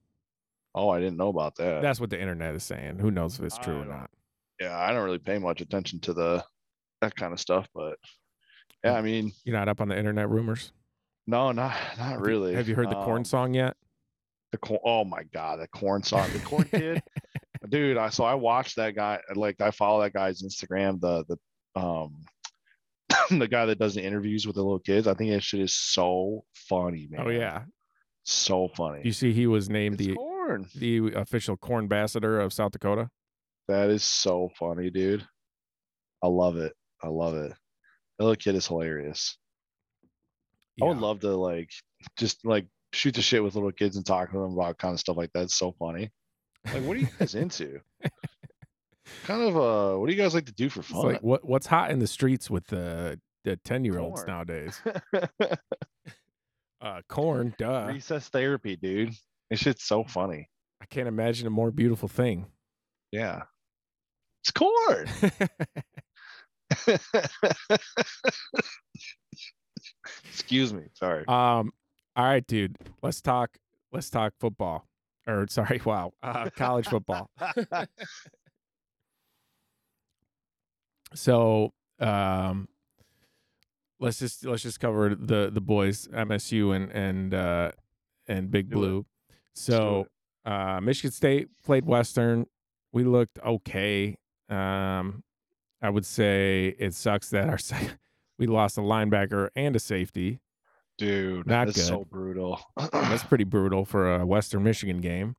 Oh, I didn't know about that. That's what the internet is saying. Who knows if it's true I or don't- not? yeah, I don't really pay much attention to the that kind of stuff, but yeah, Hmm. I mean, You're not up on the internet rumors. no, not not Have you- really. Have you heard the corn Um, song yet? The corn. Oh my god, the corn song, the corn kid, dude. I so I watched that guy. Like I follow that guy's Instagram. The the um the guy that does the interviews with the little kids. I think that shit is so funny, man. Oh yeah. so funny. You see, he was named It's the corn. the official corn ambassador of South Dakota. That is so funny, dude. I love it. I love it. The little kid is hilarious. I would Yeah. love to like just like shoot the shit with little kids and talk to them about kind of stuff like that. It's so funny. Like, what are you guys into? kind of uh what do you guys like to do for It's fun? like what what's hot in the streets with the the ten year olds Corn. nowadays? Uh, corn, duh. Recess therapy, dude. This shit's so funny. I can't imagine a more beautiful thing. Yeah. It's corn. Excuse me. Sorry. Um, all right, dude. Let's talk. Let's talk football. Or sorry, wow, uh, college football. Uh, So, um, let's just let's just cover the the boys, MSU and and uh, and Big Do it. Blue. do So, uh, Michigan State played Western. We looked okay. Um, I would say it sucks that our sec- we lost a linebacker and a safety. Dude, Not that's so good. brutal. That's pretty brutal for a Western Michigan game.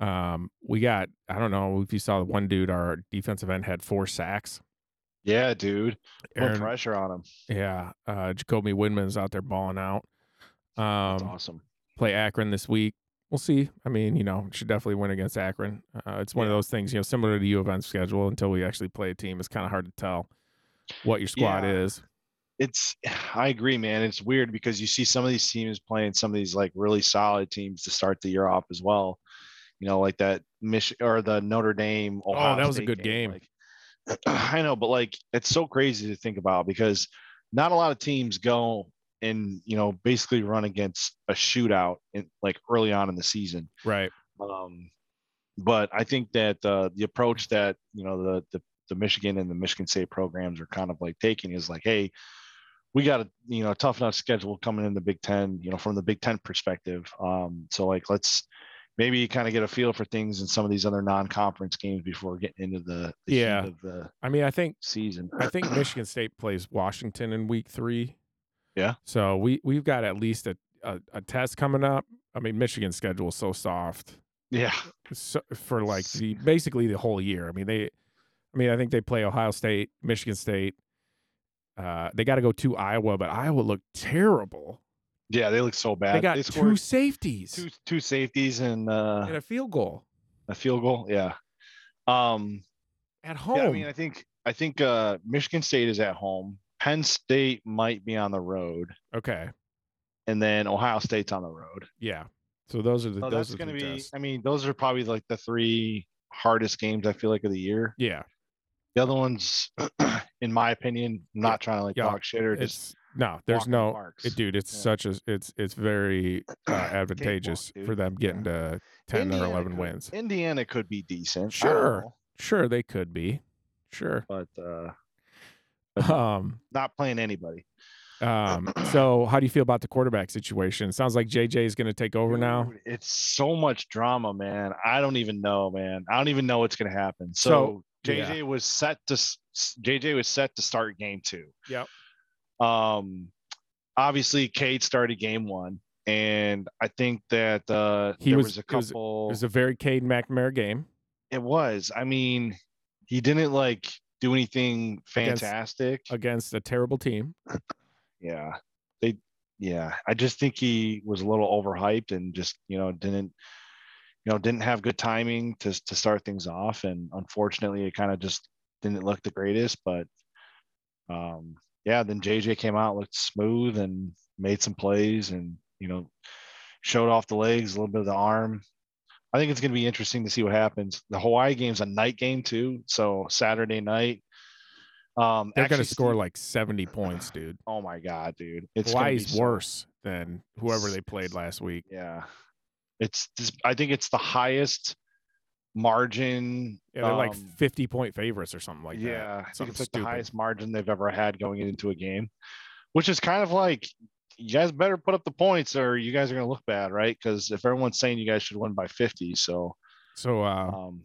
Um, we got I don't know if you saw the one dude. Our defensive end had four sacks. yeah, dude. Put Aaron- pressure on him. yeah, uh, Jacoby Windman's out there balling out. That's Um, awesome. play Akron this week. We'll see. I mean, you know, should definitely win against Akron. Uh, it's one of Yeah. those things, you know, similar to the U of N schedule. Until we actually play a team, it's kind of hard to tell what your squad Yeah. is. it's I agree, man. It's weird because you see some of these teams playing some of these like really solid teams to start the year off as well. You know, like that Mich or the Notre Dame. Ohio Oh, that was a State good game. like- I know, but like it's so crazy to think about because not a lot of teams go and you know basically run against a shootout in like early on in the season. Right. Um, but I think that uh, the approach that you know the, the the Michigan and the Michigan State programs are kind of like taking is like, hey, we got a you know tough enough schedule coming in the Big Ten, you know, from the Big Ten perspective. Um, so like let's maybe you kind of get a feel for things in some of these other non-conference games before getting into the, the heat Yeah. of the I mean, I think season. I think Michigan State plays Washington in week three. Yeah. So we we've got at least a, a, a test coming up. I mean, Michigan's schedule is so soft yeah, so, for like the basically the whole year. I mean, they, I mean, I think they play Ohio State, Michigan State. Uh, they got to go to Iowa, but Iowa looked terrible. yeah, they look so bad. They got two scored safeties two two safeties and uh, and a field goal a field goal. Yeah. Um, at home. Yeah, I mean, I think I think uh, Michigan State is at home. Penn State might be on the road, okay, and then Ohio State's on the road. yeah. So those are the So those Oh, that's are going to the be. tests. I mean, those are probably like the three hardest games I feel like of the year. yeah. The other ones, in my opinion, I'm not trying to like yeah, talk shit or just It's no, there's walk in no. parks. It, dude, it's Yeah. such a it's it's very uh, advantageous dude. for them getting to ten Indiana or eleven could- wins. Indiana could be decent. I don't Sure. know, Sure, they could be. Sure. but uh, Um. not playing anybody. Um. So, how do you feel about the quarterback situation? Sounds like JJ is going to take over now. Dude, it's so much drama, man. I don't even know, man. I don't even know what's gonna happen. So, So, JJ was set to s- s- JJ was set to start game two. Yep. Um, obviously, Cade started game one, and I think that uh, He there was- was, a it was- it couple. It was a very Cade McNamara game. it was. I mean, he didn't like do anything Against- fantastic. against a terrible team. yeah they yeah i just think he was a little overhyped and just you know didn't you know didn't have good timing to to start things off and unfortunately it kind of just didn't look the greatest but um yeah then jj came out looked smooth and made some plays and you know showed off the legs a little bit of the arm i think it's going to be interesting to see what happens the hawaii game's a night game too so saturday night um They're going to actually, score Steve- like 70 points, dude. Oh my god, dude! It's gonna be Hawaii's so- worse than whoever It's- they played last week. Yeah, it's. This, I think it's the highest margin. Yeah, they're like um, 50 point favorites or something like yeah, I that. think Something it's like stupid. the highest margin they've ever had going into a game, which is kind of like you guys better put up the points or you guys are gonna look bad, right? Because if everyone's saying you guys should win by fifty, so So uh, um,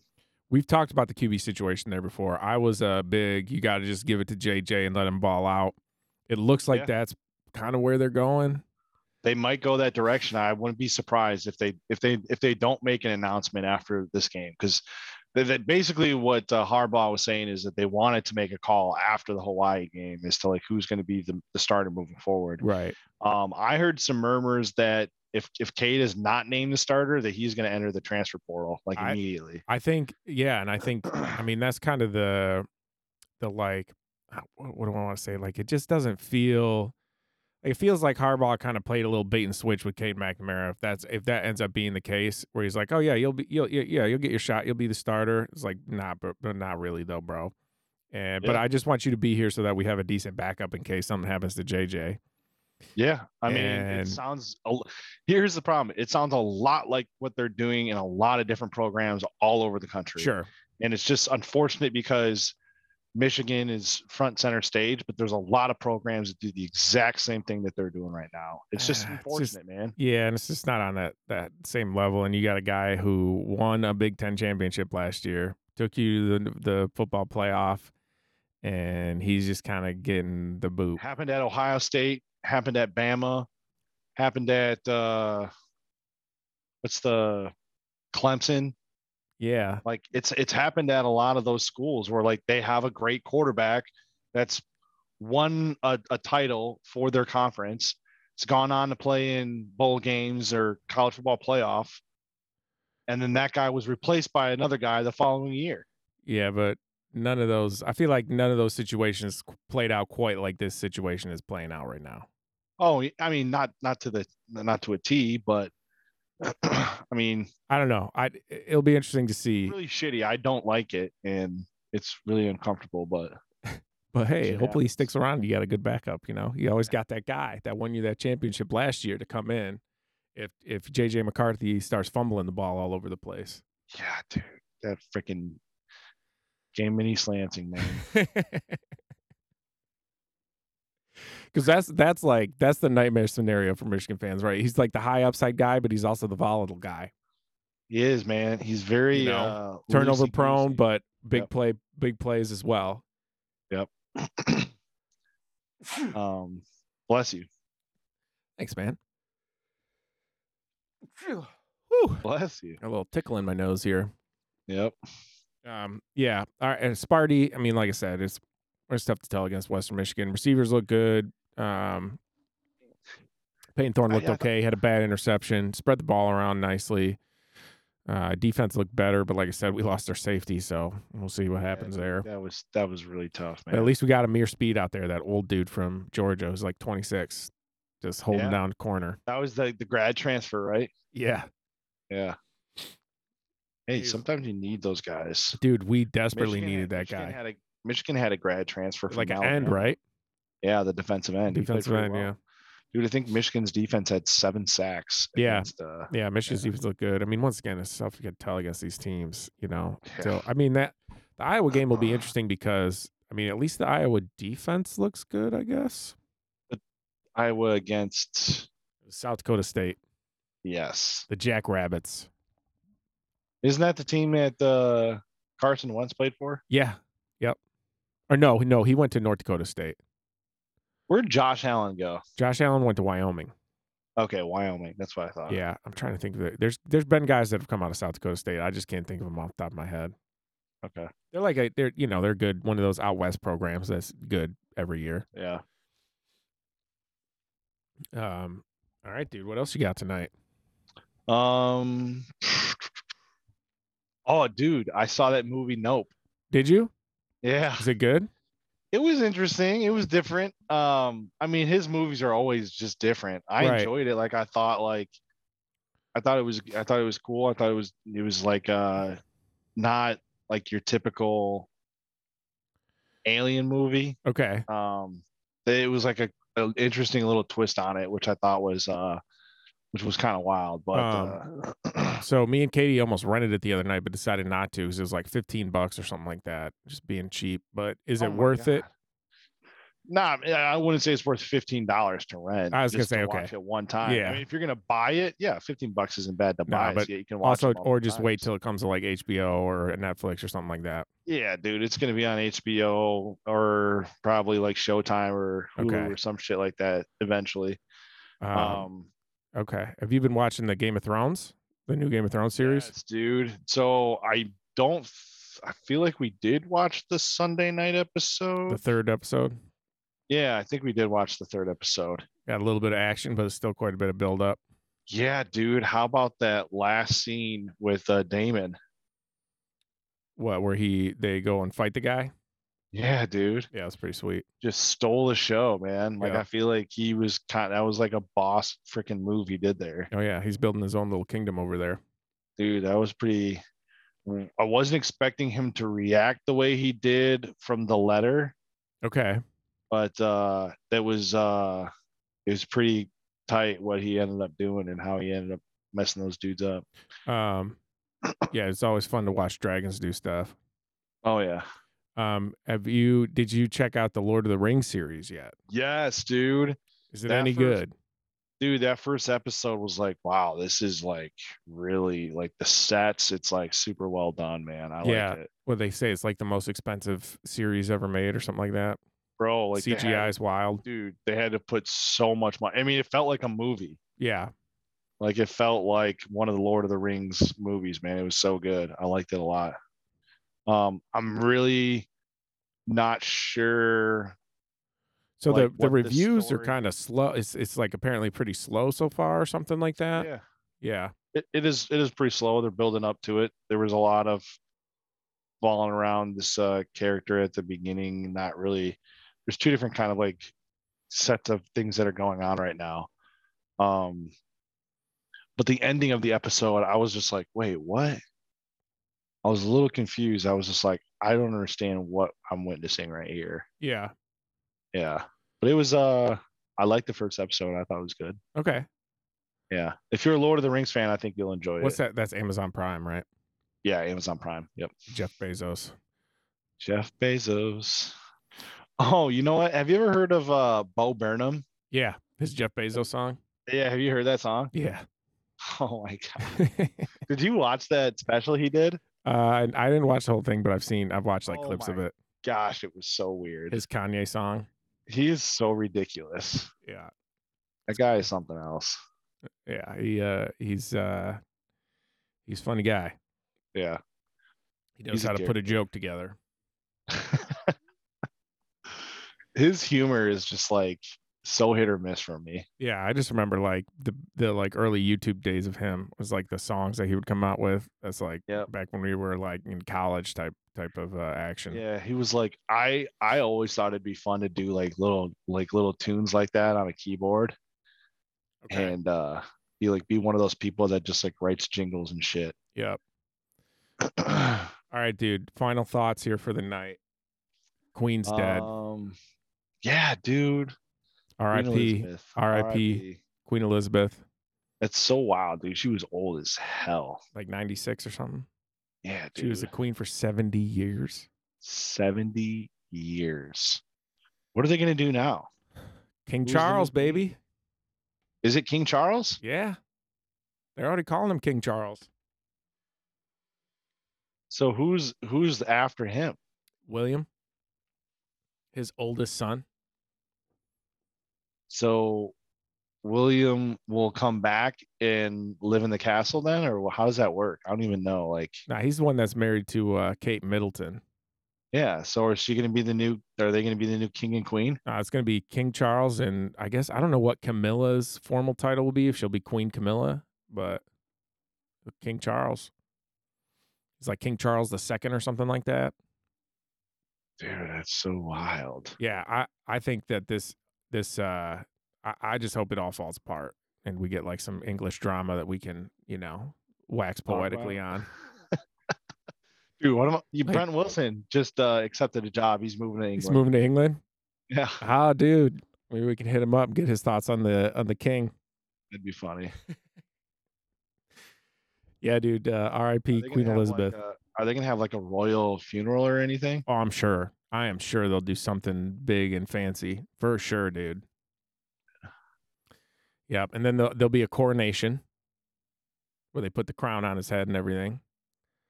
we've talked about the QB situation there before. I was uh, big, you got to just give it to JJ and let him ball out. It looks like Yeah. that's kind of where they're going. they might go that direction. I wouldn't be surprised if they if they if they don't make an announcement after this game because that basically what uh, Harbaugh was saying is that they wanted to make a call after the Hawaii game as to like who's going to be the, the starter moving forward. Right. Um, I heard some murmurs that if if Cade is not named the starter, that he's going to enter the transfer portal like I- immediately. I think, yeah. And I think, I mean, that's kind of the, the like, uh, what what do I want to say? Like, it just doesn't feel. It feels like Harbaugh kind of played a little bait and switch with Cade McNamara. If that's if that ends up being the case, where he's like, "Oh yeah, you'll be, you'll, yeah, yeah, you'll get your shot. You'll be the starter." It's like, nah, but, but not really though, bro. And but Yeah. I just want you to be here so that we have a decent backup in case something happens to JJ. Yeah, I mean, And- it sounds. a l- Here's the problem: it sounds a lot like what they're doing in a lot of different programs all over the country. Sure, and it's just unfortunate because Michigan is front center stage, but there's a lot of programs that do the exact same thing that they're doing right now. It's just Ah, it's unfortunate, just- man. yeah, and it's just not on that that same level. And you got a guy who won a Big Ten championship last year, took you to the the football playoff, and he's just kind of getting the boot. Happened at Ohio State, happened at Bama, happened at uh what's the Clemson? Yeah, Like it's it's happened at a lot of those schools where like they have a great quarterback that's won a, a title for their conference. It's gone on to play in bowl games or college football playoff. And then that guy was replaced by another guy the following year. Yeah, but none of those. I feel like none of those situations qu- played out quite like this situation is playing out right now. Oh, I mean, not not to the not to a T, but I mean, I don't know. I it'll be interesting to see. really shitty. I don't like it, and it's really uncomfortable. But But hey, shit hopefully he sticks around. You got a good backup. You know, you always got that guy that won you that championship last year to come in. If if JJ McCarthy starts fumbling the ball all over the place, yeah, dude, that freaking game mini slanting man. because that's that's like that's the nightmare scenario for Michigan fans, right? He's like the high upside guy, but he's also the volatile guy. He is, man. He's very know, uh, turnover loosey-goosey. prone, but big Yep. play, big plays as well. um, bless you, Thanks, man. Whew. bless you. A little tickle in my nose here. Yep. Um, yeah. All right. And Sparty, I mean, like I said, it's it's tough to tell against Western Michigan. Receivers look good. Um, Peyton Thorne I- looked I- okay. Had a bad interception. Spread the ball around nicely. Uh, defense looked better, but like I said, we lost our safety, so we'll see what happens Yeah, there. That was that was really tough, But man. at least we got a mere speed out there. That old dude from Georgia who's like 26, just holding Yeah. down corner. that was the the grad transfer, right? Yeah, Yeah. Hey, Jeez. sometimes you need those guys. dude, we desperately Michigan needed had- that Michigan guy. Had a, Michigan had a grad transfer, from like an Alabama. end, right? Yeah, the defensive end. He played Defensive pretty end, well. yeah. Dude, I think Michigan's defense had seven sacks. Yeah. Against, uh, Yeah, Michigan's Yeah. defense looked good. I mean, once again, it's tough to get tell against these teams, you know. Yeah. So I mean that the Iowa game will be interesting because I mean at least the Iowa defense looks good, I guess. Iowa against South Dakota State, yes. the Jackrabbits. Isn't that the team that uh, Carson Wentz played for? Yeah. Yep. Or no, no, he went to North Dakota State. Where'd Josh Allen go? Josh Allen went to Wyoming. Okay, Wyoming. That's what I thought. yeah, I'm trying to think of it. There's there's been guys that have come out of South Dakota State. I just can't think of them off the top of my head. Okay. They're like a they're you know they're good one of those out west programs that's good every year. Yeah. Um, all right, dude. What else you got tonight? Um. Oh, dude, I saw that movie. Nope. Did you? Yeah. Is it good? it was interesting it was different um i mean his movies are always just different i Right. enjoyed it like i thought like i thought it was i thought it was cool i thought it was it was like uh not like your typical alien movie Okay. um it was like a, a interesting little twist on it which i thought was uh which was kind of wild but Um, uh, So me and Katie almost rented it the other night, but decided not to because it was like fifteen bucks or something like that, just being cheap. But is oh it my worth it? God. Nah, I- I wouldn't say it's worth fifteen dollars to rent. I was gonna just to say, watch okay. it one time. Yeah. I mean, if you're gonna buy it, yeah, fifteen bucks isn't bad to No, buy. it, so but yeah, you can watch Also, it or just multiple wait times. till it comes to like HBO or Netflix or something like that. Yeah, dude, it's gonna be on HBO or probably like Showtime or Hulu Okay. or some shit like that eventually. Um, Um, okay. Have you been watching the Game of Thrones, the new Game of Thrones series? yes, dude. So I don't. f- I feel like we did watch the Sunday night episode. The third episode yeah, I think we did watch the third episode. got a little bit of action, but it's still quite a bit of build up. Yeah, dude. How about that last scene with uh, Damon? What where he they go and fight the guy? Yeah, dude. Yeah, it's pretty sweet. Just stole the show, man. Like Yeah. I feel like he was kind that was like a boss freaking move he did there. Oh yeah, he's building his own little kingdom over there. Dude, that was pretty I wasn't expecting him to react the way he did from the letter, Okay. but uh that was uh it was pretty tight what he ended up doing and how he ended up messing those dudes up. Um, yeah, it's always fun to watch dragons do stuff. Oh yeah. Um, have you did you check out the Lord of the Rings series yet? Yes, dude. Is it That any first- good? dude that first episode was like wow this is like really like the sets it's like super well done man i Yeah. like it What they say it's like the most expensive series ever made or something like that. bro like they had- CGI is wild. dude they had to put so much money i mean it felt like a movie Yeah. like it felt like one of the lord of the rings movies man it was so good i liked it a lot um i'm really not sure So Like, the, the what the reviews are story- kind of slow. It's it's like apparently pretty slow so far or something like that. Yeah. yeah it, it is it is pretty slow they're building up to it there was a lot of falling around this uh character at the beginning not really there's two different kind of like sets of things that are going on right now um but the ending of the episode i was just like wait what i was a little confused i was just like i don't understand what i'm witnessing right here Yeah. yeah but it was uh i liked the first episode i thought it was good Okay. yeah if you're a lord of the rings fan i think you'll enjoy What's it that? That's Amazon Prime, right? yeah amazon prime yep Jeff Bezos. Jeff Bezos. Oh, you know what? Have you ever heard of uh Bo Burnham? Yeah. His Jeff Bezos song. Yeah, have you heard that song? Yeah. Oh my god! Did you watch that special he did? uh, and I didn't watch the whole thing, but I've seen, I've watched like Oh clips of my it. Gosh, it was so weird. His Kanye song. he is so ridiculous. Yeah. That guy is something else. Yeah. He, uh, he's, uh, he's a funny guy. Yeah. He knows He's a how to put a joke together. His humor is just like so hit or miss for me. Yeah, I just remember like the the like early YouTube days of him was like the songs that he would come out with. That's like Yep. back when we were like in college type type of uh, action. Yeah, he was like, I I always thought it'd be fun to do like little like little tunes like that on a keyboard Okay. and uh be like be one of those people that just like writes jingles and shit. Yep. All right, dude. Final thoughts here for the night. Queen's dead. Um, yeah, dude. Queen R.I.P. Elizabeth, RIP. Queen Elizabeth, That's so wild, dude. She was old as hell. like ninety six or something. Yeah, dude. She was the queen for seventy years. 70 years. What are they going to do now? King Who's the new Charles, queen? baby. Is it King Charles? Yeah, they're already calling him King Charles. So who's who's after him? William, his oldest son. So William will come back and live in the castle then or how does that work? I don't even know. Like Now he's the one that's married to uh, Kate Middleton. yeah, so is she going to be the new are they going to be the new king and queen? Uh, it's going to be King Charles, and I guess I don't know what Camilla's formal title will be if she'll be Queen Camilla, but King Charles. It's like King Charles the Second or something like that. Dude, that's so wild. Yeah, I I think that this this uh I, I just hope it all falls apart and we get like some English drama that we can you know wax Talk about poetically it. on. Dude, what am I, you, Like- Brent Wilson just uh, accepted a job. He's moving to England. He's moving to England. Yeah, Ah, dude, maybe we can hit him up and get his thoughts on the on the king. that'd be funny. Yeah, dude. Uh, Are R.I.P. Oh, they gonna Queen have, like, Elizabeth. a- are they gonna have like a royal funeral or anything? Oh, I'm sure. I am sure they'll do something big and fancy for sure, dude. Yep. And then there'll, there'll be a coronation where they put the crown on his head and everything.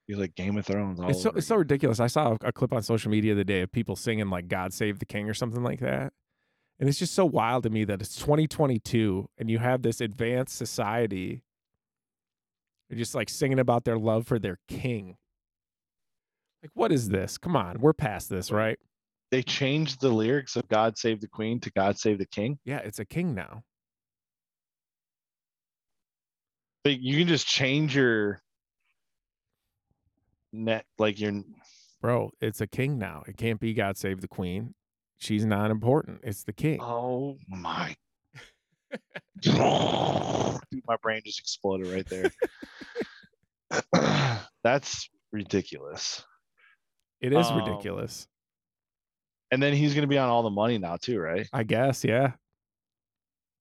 Be like Game of Thrones. All it's so over it's so again. ridiculous. I saw a, a clip on social media the other day of people singing like "God Save the King" or something like that, and it's just so wild to me that it's 2022 and you have this advanced society. They're just like singing about their love for their king. Like, what is this? Come on, we're past this, right? they changed the lyrics of "God Save the Queen" to "God Save the King." Yeah, it's a king now. Like you can just change your net, like your Bro, it's a king now. It can't be God save the queen. She's not important. It's the king. oh my. Dude, my brain just exploded right there. That's ridiculous. It is um, ridiculous. And then he's gonna be on all the money now too, right? I guess, yeah.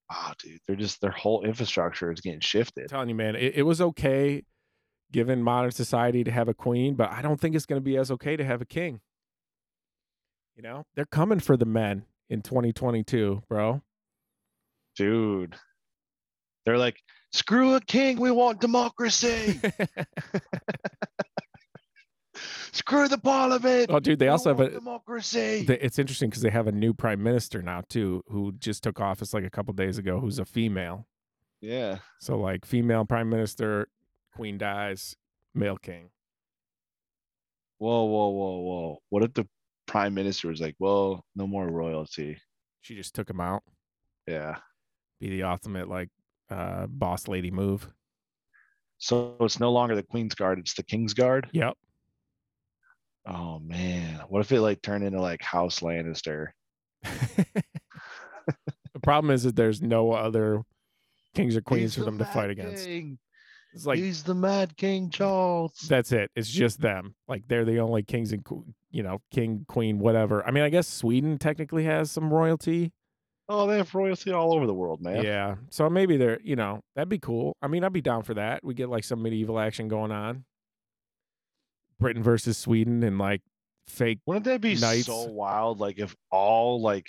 Wow, dude, they're just their whole infrastructure is getting shifted. telling you, man, it, it was okay given modern society to have a queen, but I don't think it's going to be as okay to have a king. You know, they're coming for the men in 2022, bro. dude they're like screw a king we want democracy screw the parliament oh, dude, they we also have want a. democracy they- It's interesting because they have a new prime minister now too, who just took office like a couple days ago, who's a female. yeah So like female prime minister, queen dies, male king. whoa whoa whoa whoa what if the prime minister was like well no more royalty She just took him out. yeah Be the ultimate like uh boss lady move. so it's no longer the queen's guard it's the king's guard Yep. oh man what if it like turned into like house lannister the problem is that there's no other kings or queens He's for the them to fight Mad against. King. It's like he's the mad king charles that's it. It's just them. Like they're the only kings and que- you know king queen whatever. I mean, I guess Sweden technically has some royalty. oh they have royalty all over the world man yeah. So maybe they're you know that'd be cool. I mean, I'd be down for that. We get like some medieval action going on. Britain versus Sweden and like fake Wouldn't that be Knights. so wild? Like if all like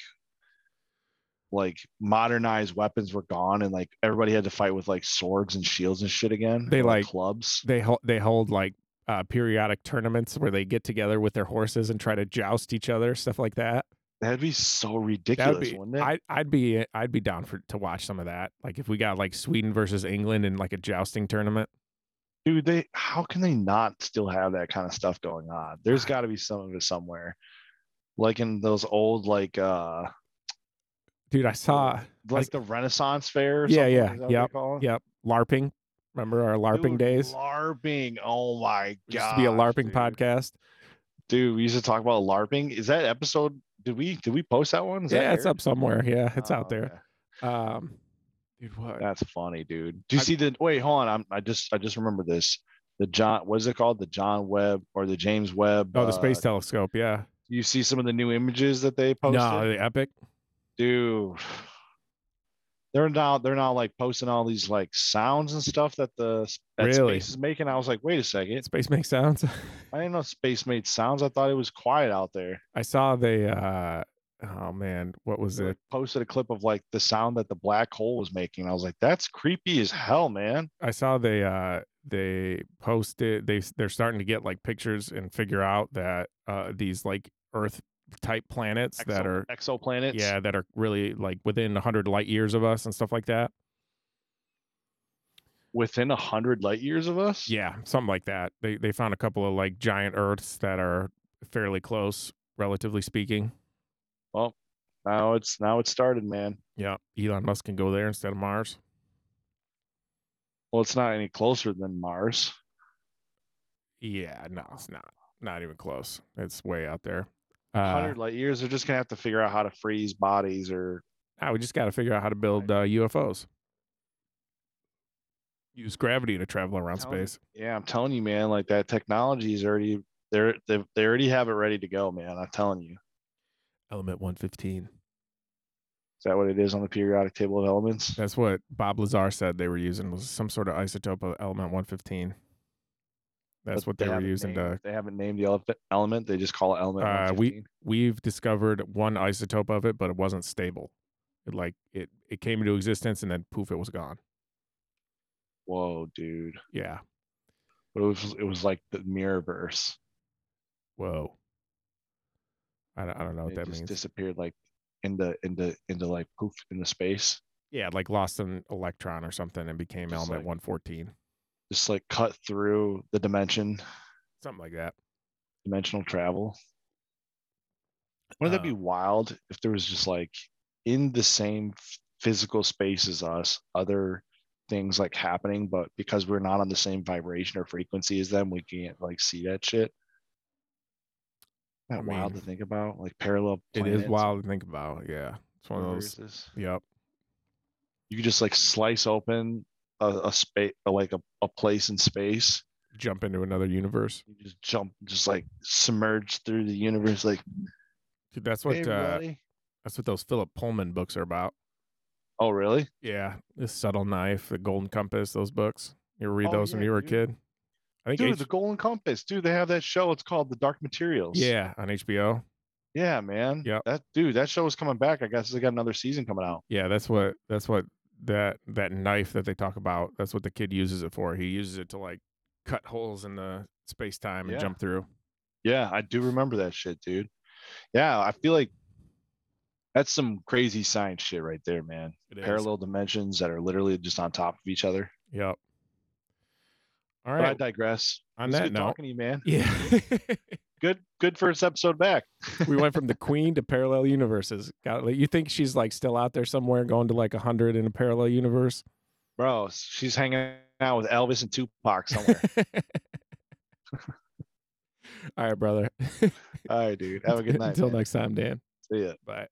like modernized weapons were gone and like everybody had to fight with like swords and shields and shit again. They, and, like- clubs. They hold they hold like uh, periodic tournaments where they get together with their horses and try to joust each other, stuff like that. That'd be so That ridiculous, would be. wouldn't it? I, I'd be uh, I'd be down for to watch some of that. Like if we got like Sweden versus England in like a jousting tournament. Dude, they how can they not still have that kind of stuff going on? There's got to be some of it somewhere, like in those old like uh Dude, I saw like the Renaissance fair. Or Yeah, something, yeah, is that what they yep, call it? yep LARPing. Remember our LARPing Dude, days? LARPing. Oh my god. Used to be a LARPing podcast. Dude, we used to talk about LARPing. Is that episode? Did we did we post that one? Is that Yeah, it's aired? up somewhere. Yeah, it's out Oh, there. okay. Um, dude, what? That's funny, dude. Do you I- see the wait, hold on. I'm, I just I just remember this. The John what is it called? The John Webb or the James Webb. oh, the uh, space telescope. Yeah. you see some of the new images that they posted? No, the epic. dude they're now they're now like posting all these like sounds and stuff that the s- that Really? space is making i was like wait a second Space makes sounds. i didn't know space made sounds i thought it was quiet out there I saw the. Uh, oh man, what was They, it? like, posted a clip of like the sound that the black hole was making i was like that's creepy as hell man I saw they uh they posted they s- they're starting to get like pictures and figure out that uh these like Earth type planets that Exo- are exoplanets yeah that are really like within 100 light years of us and stuff like that. within a hundred light years of us Yeah, something like that. They they found a couple of like giant Earths that are fairly close, relatively speaking. now it's now it started man Yeah, Elon Musk can go there instead of Mars. well it's not any closer than mars Yeah, no, it's not. Not even close. It's way out there. 100 Uh, light years they're just gonna have to figure out how to freeze bodies or now we just got to figure out how to build uh, UFOs. Use gravity to travel around Tell me- space. Yeah, I'm telling you, man. Like that technology is already they're they they already have it ready to go, man. I'm telling you. Element 115. Is that what it is on the periodic table of elements? That's what Bob Lazar said they were using was some sort of isotope of element 115. That's But what they, were haven't using named- to. They haven't named the ele- element. They just call it element. Uh, we- 115. We've discovered one isotope of it, but it wasn't stable. It like it it came into existence and then poof, it was gone. Whoa, dude! Yeah. But it was it was like the mirrorverse. Whoa. I don't, I don't know what it that just means. disappeared like into into into like poof into space. Yeah, like lost an electron or something and became Just element like- 114. Just like cut through the dimension, Something like that. dimensional travel. Wouldn't that Uh, be wild if there was just like in the same f- physical space as us, other things like happening, but because we're not on the same vibration or frequency as them, we can't like see that shit. I Isn't That wild mean, to think about, like parallel. It is planets, wild to think about. Yeah. It's one of those. universes. Yep. You could just like slice open a, a space, like a, a place in space. Jump into another universe. You just jump, just like submerge through the universe. Like, Dude, that's what "Hey, uh, buddy." that's what those Philip Pullman books are about. Oh, really? Yeah. The Subtle Knife, The Golden Compass, those books. You ever read Oh, those when yeah, you were a dude. kid? I think Dude, H- the Golden Compass. Dude, they have that show. It's called The Dark Materials. yeah, on HBO. Yeah, man. Yep. That dude, that show is coming back. I guess they got another season coming out. Yeah, that's what that's what that that knife that they talk about. That's what the kid uses it for. He uses it to like cut holes in the space time and Yeah. jump through. Yeah, I do remember that shit, dude. Yeah, I feel like that's some crazy science shit right there, man. It is. Parallel dimensions that are literally just on top of each other. Yep. All But I right. digress. On It's that good note, talking to you, man. yeah. Good good first episode back. we went from the queen to parallel universes. Got like, you think she's like still out there somewhere going to like 100 in a parallel universe? Bro, she's hanging out with Elvis and Tupac somewhere. All right, brother. All right, dude. Have a good night. Until man. next time, Dan. See ya. Bye.